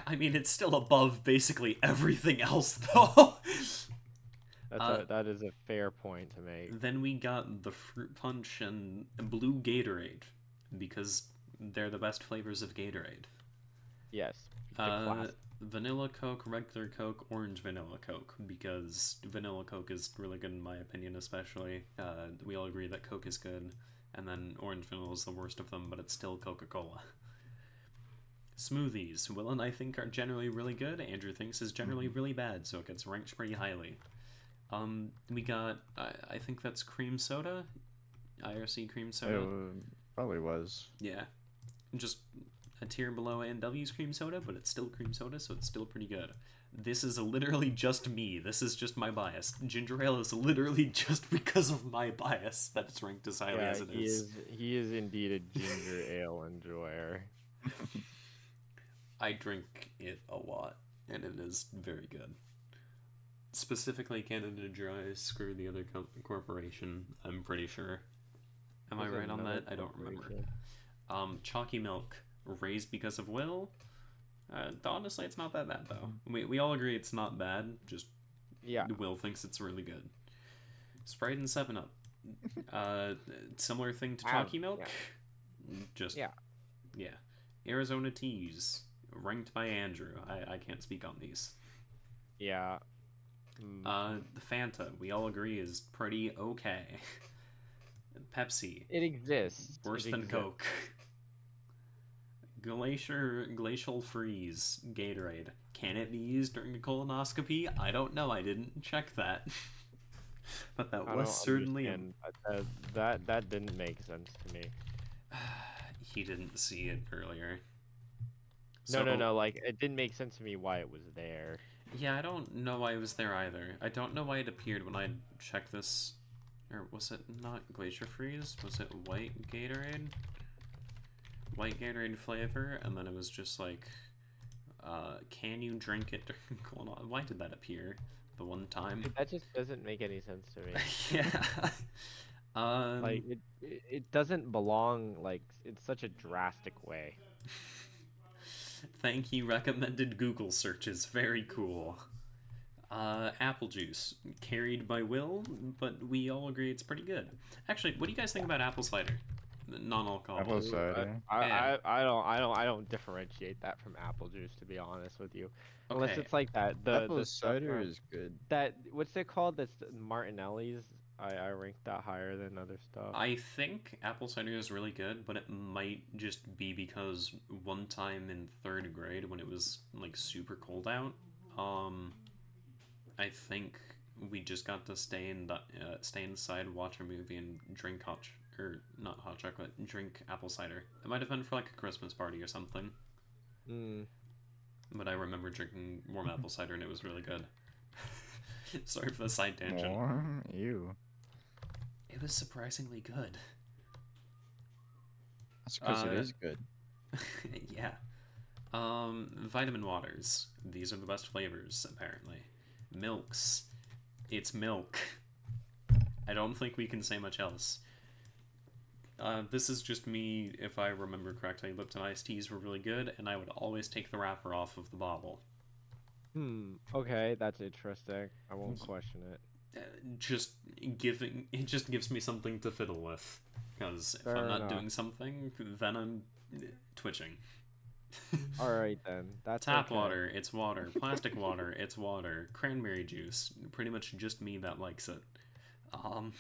Speaker 1: I mean, it's still above basically everything else, though.
Speaker 2: That's
Speaker 1: Uh, mm,
Speaker 2: a, that is a fair point to make.
Speaker 1: then we got the fruit punch and blue Gatorade because They're the best flavors of Gatorade.
Speaker 2: Yes. the
Speaker 1: Uh,
Speaker 2: class-
Speaker 1: vanilla Coke, regular Coke, orange vanilla Coke, because vanilla Coke is really good in my opinion, especially. Uh, we all agree that Coke is good, and then orange vanilla is the worst of them, but it's still Coca Cola. Smoothies, Will and I think are generally really good. Andrew thinks is generally really bad, so it gets ranked pretty highly. Um, we got, I, I think that's cream soda, IRC cream soda.
Speaker 3: It probably was.
Speaker 1: Yeah. Just a tier below AMW's cream soda, but it's still cream soda, so it's still pretty good. This is literally just me. This is just my bias. Ginger ale is literally just because of my bias that it's ranked as highly
Speaker 2: yeah,
Speaker 1: as it
Speaker 2: he
Speaker 1: is.
Speaker 2: is he is indeed a ginger ale enjoyer.
Speaker 1: I drink it a lot, and it is very good. Specifically, Canada Dry. Screw the other co- corporation. I'm pretty sure. Am I
Speaker 2: There's
Speaker 1: right on
Speaker 2: another
Speaker 1: that? I don't remember.
Speaker 2: corporation.
Speaker 1: Um, chalky milk raised because of will. Uh, honestly, it's not that bad though. We we all agree it's not bad. Just
Speaker 2: Mm-hmm. Yeah.
Speaker 1: Will thinks it's really good. Sprite and Seven Up. Uh, similar thing to
Speaker 2: Um,
Speaker 1: chalky milk. Just
Speaker 2: Yeah.
Speaker 1: yeah. Arizona teas ranked by Andrew. I I can't speak on these.
Speaker 2: Yeah. Mm,
Speaker 1: Uh, Fanta. We all agree is pretty okay. Pepsi.
Speaker 2: it exists.
Speaker 1: Worse
Speaker 2: It
Speaker 1: than
Speaker 2: exists.
Speaker 1: Coke. Glacier glacial freeze Gatorade. Can it be used during a colonoscopy? I don't know. I didn't check that. but that
Speaker 2: I don't
Speaker 1: was certainly a...
Speaker 2: understand. uh, that, that that didn't make sense to me.
Speaker 1: he didn't see it earlier.
Speaker 2: no, no,
Speaker 1: So-
Speaker 2: no. Like it didn't make sense to me why it was there.
Speaker 1: Yeah, I don't know why it was there either. I don't know why it appeared when I checked this. Or was it not Glacier Freeze? Was it White Gatorade? White Gatorade flavor, and then it was just like, uh, can you drink it during colon? Why did that appear the one time?
Speaker 2: That just doesn't make any sense to me.
Speaker 1: yeah. um,
Speaker 2: like it, it it doesn't belong like in such a drastic way.
Speaker 1: Thank you, recommended Google searches. Very cool. Uh, apple juice, carried by Will, but we all agree it's pretty good. Actually, what do you guys think about apple cider? Non
Speaker 3: Apple
Speaker 1: alcoholic.
Speaker 3: cider.
Speaker 2: I,
Speaker 1: Yeah.
Speaker 2: I, I don't I don't I don't differentiate that from apple juice to be honest with you. Unless
Speaker 1: Okay.
Speaker 2: it's like that the
Speaker 3: Apple
Speaker 2: the uh, stuff
Speaker 3: cider
Speaker 2: from-
Speaker 3: is good.
Speaker 2: that what's it called that's the Martinelli's I I rank that higher than other stuff.
Speaker 1: I think apple cider is really good, but it might just be because one time in third grade when it was like super cold out, um, I think we just got to stay in the, uh, stay inside, watch a movie, and drink hot ch- or not hot chocolate, drink apple cider. It might have been for like a Christmas party or something,
Speaker 2: Mm,
Speaker 1: but I remember drinking warm apple cider and it was really good. Sorry for the side tangent.
Speaker 3: Warm? Ew.
Speaker 1: It was surprisingly good.
Speaker 3: That's because it
Speaker 1: Uh,
Speaker 3: is good.
Speaker 1: yeah. Um, vitamin waters. These are the best flavors, apparently. Milks. It's milk. I don't think we can say much else. Uh, this is just me, if I remember correctly. Lipton iced teas were really good, and I would always take the wrapper off of the bottle.
Speaker 2: hmm. Okay, that's interesting. I won't question it.
Speaker 1: Uh, just giving it just gives me something to fiddle with. Because if
Speaker 2: Fair
Speaker 1: I'm not
Speaker 2: enough.
Speaker 1: doing something, then I'm uh, twitching.
Speaker 2: All right then. That's
Speaker 1: Tap
Speaker 2: okay.
Speaker 1: water, it's water. Plastic water, it's water. Cranberry juice, pretty much just me that likes it. Um,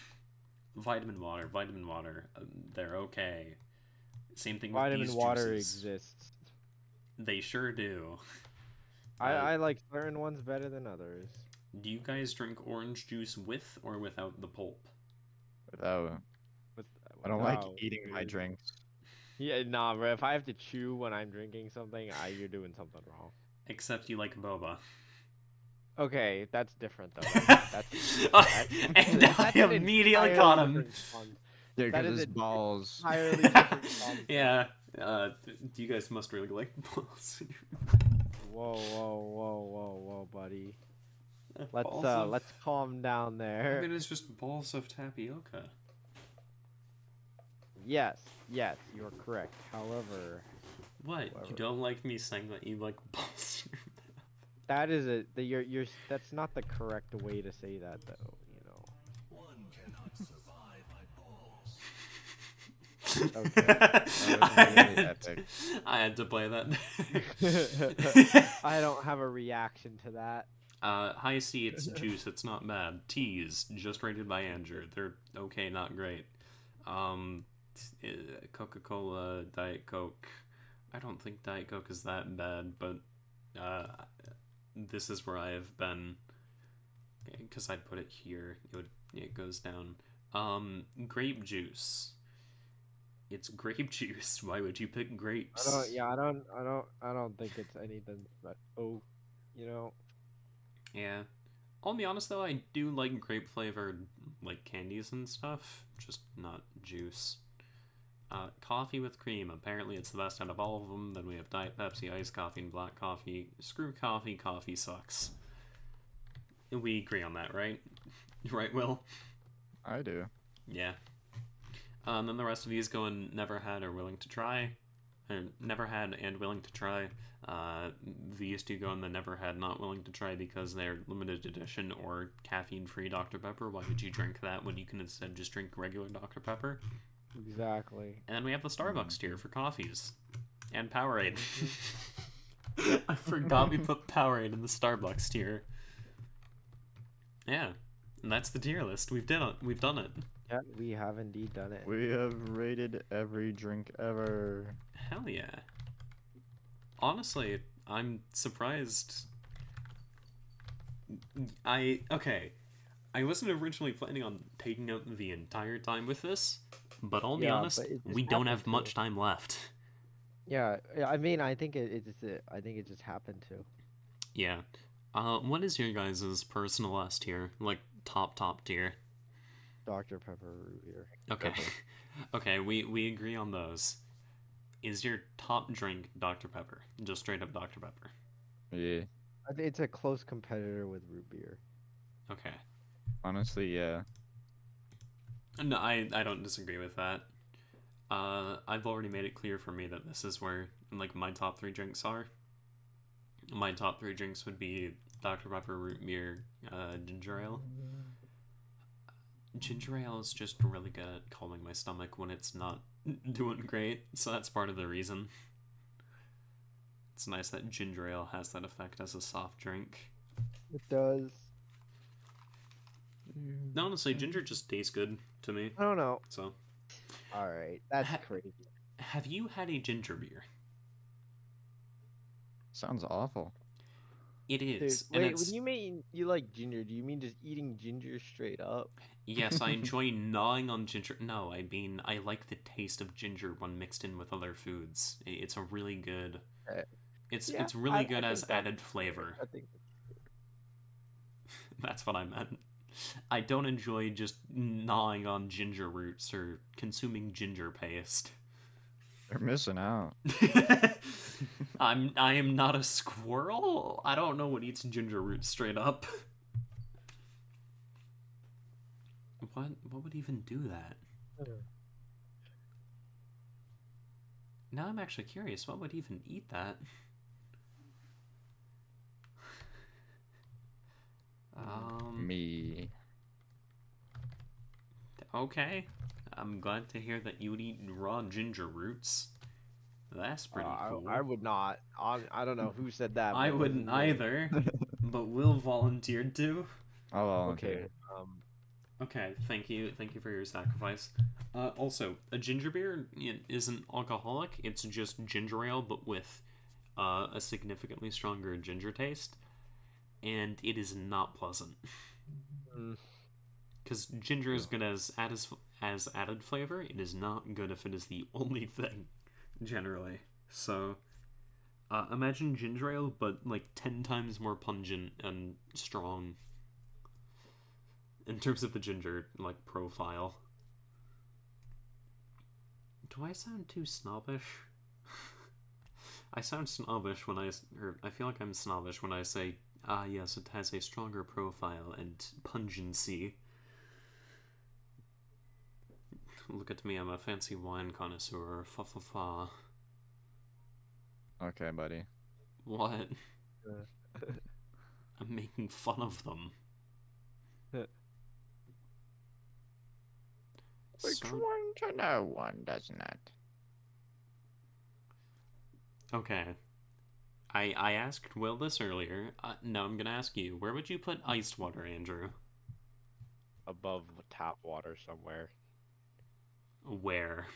Speaker 1: vitamin water, vitamin water, um, they're okay. Same thing with
Speaker 2: Vitamin
Speaker 1: these
Speaker 2: water
Speaker 1: juices.
Speaker 2: exists.
Speaker 1: They sure do.
Speaker 2: I,
Speaker 1: Uh,
Speaker 2: I like certain ones better than others.
Speaker 1: Do you guys drink orange juice with or without the pulp?
Speaker 3: Without,
Speaker 2: With,
Speaker 3: I don't like
Speaker 2: without,
Speaker 3: eating my
Speaker 2: uh, dude.
Speaker 3: drinks.
Speaker 2: Yeah, nah, bro. If I have to chew when I'm drinking something, I, you're doing something wrong.
Speaker 1: Except you like boba.
Speaker 2: Okay, that's different though. That's,
Speaker 1: and I
Speaker 2: that's an
Speaker 1: immediately
Speaker 2: entirely
Speaker 1: caught him.
Speaker 2: different con-
Speaker 3: Yeah,
Speaker 2: That
Speaker 3: because
Speaker 2: is
Speaker 3: it's
Speaker 2: a di-
Speaker 3: balls.
Speaker 2: Entirely different. con-
Speaker 1: yeah. Uh, you guys must really like balls.
Speaker 2: Whoa, whoa, whoa, whoa, whoa, buddy. Let's
Speaker 1: Balls
Speaker 2: uh,
Speaker 1: of-
Speaker 2: let's calm down
Speaker 1: I
Speaker 2: there.
Speaker 1: mean, it's just balls of tapioca.
Speaker 2: Yes, yes, you're correct. However,
Speaker 1: What? You
Speaker 2: Whatever.
Speaker 1: don't like me saying that you like balls? in your mouth?
Speaker 2: that is a the, you're you're that's not the correct way to say that though. You know.
Speaker 4: Okay.
Speaker 1: I,
Speaker 3: really
Speaker 1: had,
Speaker 3: epic.
Speaker 1: I had to play that.
Speaker 4: I don't have a reaction to that.
Speaker 1: uh, high C, it's juice. It's not bad. Teas, just rated by Andrew. They're okay, not great. Um, Coca Cola, Diet Coke. I don't think Diet Coke is that bad, but uh, this is where I have been because I'd put it here. It would it goes down. Um, grape juice. It's grape juice. Why would you pick grapes?
Speaker 4: I don't. Yeah, I don't. I don't. I don't think it's anything. But oh, you know,
Speaker 1: Yeah. I'll be honest though, I do like grape flavored like candies and stuff, just not juice. Uh, coffee with cream. Apparently, it's the best out of all of them. Then we have Diet Pepsi, iced coffee, and black coffee. Screw coffee. Coffee sucks. We agree on that, right? Right, Will.
Speaker 3: I do.
Speaker 1: Yeah. Uh, and then the rest of these go in never had or willing to try. Or never had and willing to try. Uh, these two go in the never had, not willing to try because they're limited edition or caffeine free Dr. Pepper. Why would you drink that when you can instead just drink regular Dr. Pepper?
Speaker 4: exactly.
Speaker 1: And then we have the Starbucks tier for coffees and Powerade. I forgot we put Powerade in the Starbucks tier. Yeah, and that's the tier list. We've done it. We've done it.
Speaker 4: Yeah, we have indeed done it.
Speaker 3: We have rated every drink ever.
Speaker 1: Hell yeah. Honestly, I'm surprised. I. Okay. I wasn't originally planning on taking up the entire time with this, but I'll be
Speaker 4: Yeah,
Speaker 1: honest,
Speaker 4: but it just
Speaker 1: we don't
Speaker 4: happened
Speaker 1: have much time left.
Speaker 4: Yeah, yeah, I mean, I think it, it just. uh, I think it just happened to.
Speaker 1: Yeah. Uh, what is your guys' personal S tier? Like, top, top tier?
Speaker 4: Dr Pepper root beer.
Speaker 1: Okay.
Speaker 3: Pepper.
Speaker 1: okay, we, we agree on those. Is your top drink Dr. Pepper? Just straight up Dr. Pepper.
Speaker 3: Yeah.
Speaker 4: I thi- It's a close competitor with root beer.
Speaker 1: Okay.
Speaker 3: Honestly, yeah.
Speaker 1: No, I, I don't disagree with that. Uh, I've already made it clear for me that this is where like my top three drinks are. My top three drinks would be Dr Pepper root beer, uh, ginger ale. Ginger ale is just really good at calming my stomach when it's not doing great, so that's part of the reason. It's nice that ginger ale has that effect as a soft drink.
Speaker 4: It does.
Speaker 1: Honestly, ginger just tastes good to me.
Speaker 4: I don't know.
Speaker 1: So,
Speaker 4: All right, that's
Speaker 1: Ha-
Speaker 4: crazy.
Speaker 1: have you had a ginger beer?
Speaker 3: Sounds awful.
Speaker 1: It
Speaker 4: Dude,
Speaker 1: is. and
Speaker 4: wait,
Speaker 1: it's,
Speaker 4: when you mean you like ginger, do you mean just eating ginger straight up?
Speaker 1: Yes, I enjoy gnawing on ginger. No, I mean, I like the taste of ginger when mixed in with other foods. I- It's a really good.
Speaker 4: Uh,
Speaker 1: It's
Speaker 4: yeah,
Speaker 1: it's really
Speaker 4: I-
Speaker 1: good
Speaker 4: I
Speaker 1: as
Speaker 4: think that-
Speaker 1: added flavor.
Speaker 4: I think.
Speaker 1: That's what I meant. I don't enjoy just gnawing on ginger roots or consuming ginger paste.
Speaker 3: They're missing out.
Speaker 1: I'm I am not a squirrel. I don't know what eats ginger roots straight up. What what would even do that?
Speaker 4: Uh.
Speaker 1: Now I'm actually curious. What would even eat that? Um.
Speaker 3: Me.
Speaker 1: Okay. I'm glad to hear that you would eat raw ginger roots. That's
Speaker 4: Uh,
Speaker 1: pretty
Speaker 4: I-
Speaker 1: cool.
Speaker 4: I, would not. I, I don't know who said that. but
Speaker 1: I
Speaker 4: it was
Speaker 1: wouldn't
Speaker 4: me.
Speaker 1: either, but Will volunteered to.
Speaker 3: I'll volunteer.
Speaker 4: Okay. Um,
Speaker 1: Okay, thank you, thank you for your sacrifice. Uh, also, a ginger beer i- isn't alcoholic; it's just ginger ale, but with uh, a significantly stronger ginger taste, and it is not pleasant
Speaker 4: Mm.
Speaker 1: because ginger is good as add as, as added flavor. It is not good if it is the only thing, generally. So, uh, imagine ginger ale, but like ten times more pungent and strong in terms of the ginger like profile. Do I sound too snobbish? I sound snobbish when I s- or I feel like I'm snobbish when I say ah yes it has a stronger profile and pungency. Look at me, I'm a fancy wine connoisseur. Fa fa fa.
Speaker 3: Okay, buddy.
Speaker 1: What?
Speaker 4: Uh.
Speaker 1: I'm making fun of them.
Speaker 3: Which
Speaker 1: Sort-
Speaker 3: one to know one does not?
Speaker 1: Okay. I I asked Will this earlier. Uh, no, I'm gonna ask you. Where would you put ice water, Andrew?
Speaker 2: above tap water somewhere.
Speaker 1: Where?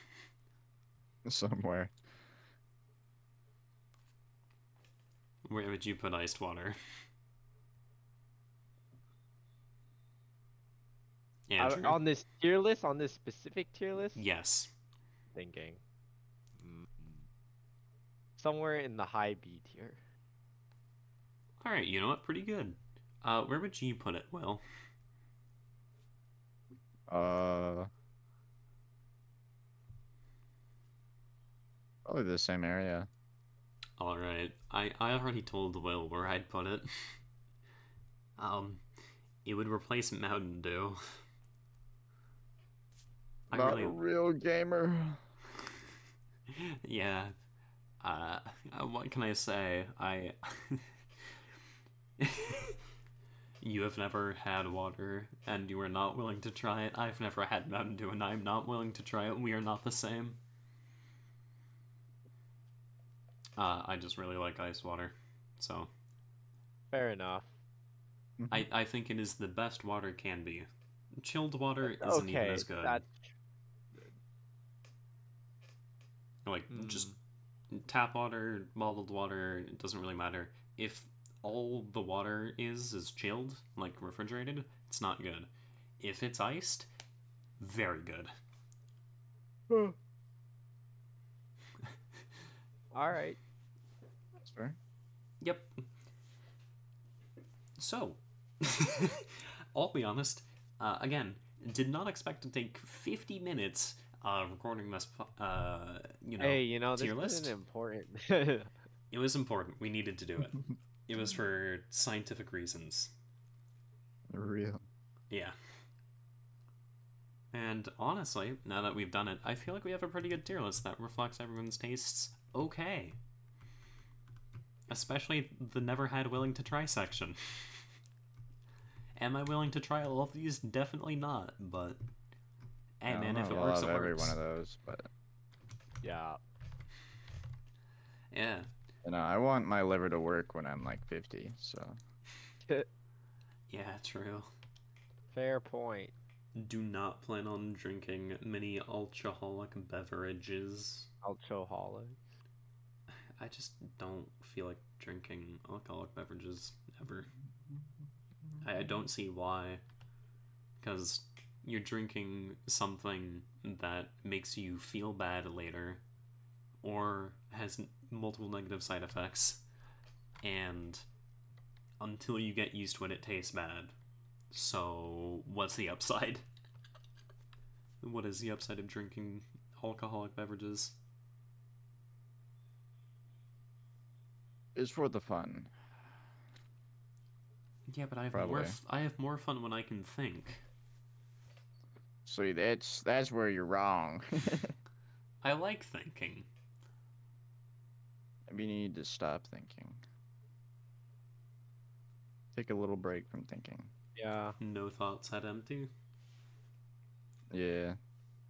Speaker 3: Somewhere.
Speaker 1: Where would you put iced water?
Speaker 2: Out-
Speaker 1: Andrew.
Speaker 2: on this tier list, on this specific tier list,
Speaker 1: Yes.
Speaker 2: thinking mm, somewhere in the high B tier.
Speaker 1: All right. You know what? Pretty good. Uh, where would you put it, Will?
Speaker 3: Uh. Probably the same area.
Speaker 1: All right. I I already told Will where I'd put it. um, it would replace Mountain Dew. I
Speaker 3: not
Speaker 1: really
Speaker 3: a real gamer.
Speaker 1: yeah. Uh, uh, what can I say? I. you have never had water, and you are not willing to try it. I've never had Mountain Dew, and I'm not willing to try it. We are not the same. Uh, I just really like ice water, so
Speaker 2: Fair enough.
Speaker 1: I I think it is the best water can be. Chilled water isn't even
Speaker 2: okay,
Speaker 1: as good.
Speaker 2: that's
Speaker 1: Like just tap water, bottled water, it doesn't really matter. If all the water is is chilled, like refrigerated, it's not good. If it's iced, very good.
Speaker 2: all right.
Speaker 3: That's fair.
Speaker 1: Yep. So, I'll be honest. Uh, again, did not expect to take fifty minutes uh, recording this. po- Uh, you know,
Speaker 2: Hey, you know this
Speaker 1: tier
Speaker 2: is
Speaker 1: list?
Speaker 2: an important. yeah,
Speaker 1: it was important. We needed to do it. it was for scientific reasons.
Speaker 3: Real.
Speaker 1: Yeah. And honestly, now that we've done it, I feel like we have a pretty good tier list that reflects everyone's tastes okay. Especially the never had willing to try section. Am I willing to try all of these? Definitely not, but hey
Speaker 3: I
Speaker 1: man,
Speaker 3: don't
Speaker 1: if it
Speaker 3: know, I
Speaker 1: works, it
Speaker 3: love every
Speaker 1: works.
Speaker 3: one of those, but
Speaker 1: Yeah.
Speaker 3: you know, I want my liver to work when I'm like 50. So
Speaker 1: Yeah, true.
Speaker 2: fair point.
Speaker 1: Do not plan on drinking many alcoholic beverages.
Speaker 2: Alcoholic.
Speaker 1: I just don't feel like drinking alcoholic beverages ever. I, I don't see why. Because you're drinking something that makes you feel bad later or has n- multiple negative side effects. And until you get used to it, it tastes bad. So, what's the upside? What is the upside of drinking alcoholic beverages?
Speaker 3: it's for the fun.
Speaker 1: Yeah, but I have more.
Speaker 3: Probably.
Speaker 1: F- I have more fun when I can think.
Speaker 3: See, that's that's where you're wrong.
Speaker 1: I like thinking.
Speaker 3: I mean, you need to stop thinking. Take a little break from thinking.
Speaker 2: Yeah.
Speaker 1: No thoughts had empty.
Speaker 3: Yeah.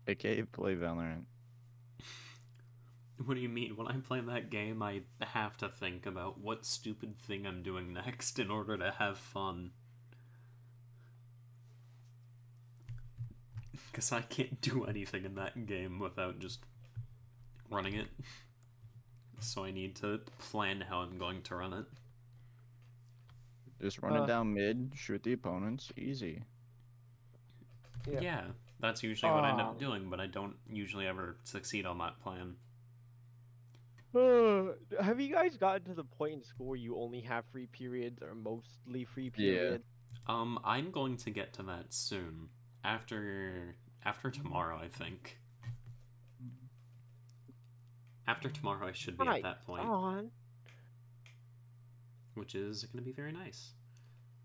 Speaker 3: AKA play Valorant.
Speaker 1: What do you mean? When I play that game, I have to think about what stupid thing I'm doing next in order to have fun. Because I can't do anything in that game without just running it. So I need to plan how I'm going to run it.
Speaker 3: Just run
Speaker 2: Uh.
Speaker 3: it down mid, shoot the opponents, easy.
Speaker 1: Yeah,
Speaker 2: Yeah.
Speaker 1: that's usually what I end up
Speaker 2: Oh.
Speaker 1: doing, but I don't usually ever succeed on that plan.
Speaker 2: Uh, have you guys gotten to the point in school where you only have free periods or mostly free periods?
Speaker 1: Um, I'm going to get to that soon. After after tomorrow, I think. After tomorrow, I should be
Speaker 2: Right, Oh.
Speaker 1: at that point,
Speaker 2: On.
Speaker 1: which is going to be very nice.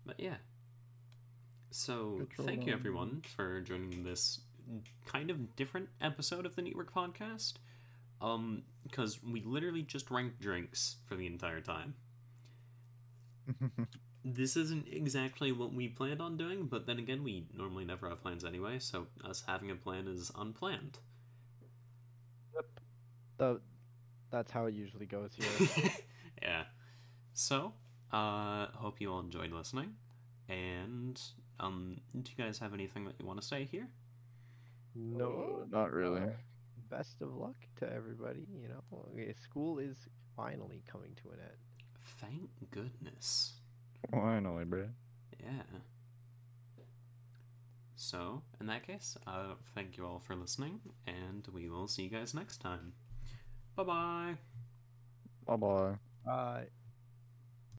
Speaker 1: But yeah. So
Speaker 3: Good
Speaker 1: thank you
Speaker 3: job.
Speaker 1: everyone for joining this kind of different episode of the Network Podcast. Um, because we literally just ranked drinks for the entire time. this isn't exactly what we planned on doing, but then again, we normally never have plans anyway, so us having a plan is unplanned.
Speaker 2: The, that's how it usually goes here.
Speaker 1: yeah. So, uh, hope you all enjoyed listening. And, um, do you guys have anything that you want to say here?
Speaker 2: no,
Speaker 3: Not really.
Speaker 2: Best of luck to everybody. You know, Okay, school is finally coming to an end.
Speaker 1: Thank goodness.
Speaker 3: Finally, bro.
Speaker 1: Yeah. So, in that case, uh, thank you all for listening, and we will see you guys next time. Bye bye!
Speaker 3: Bye bye.
Speaker 2: Bye.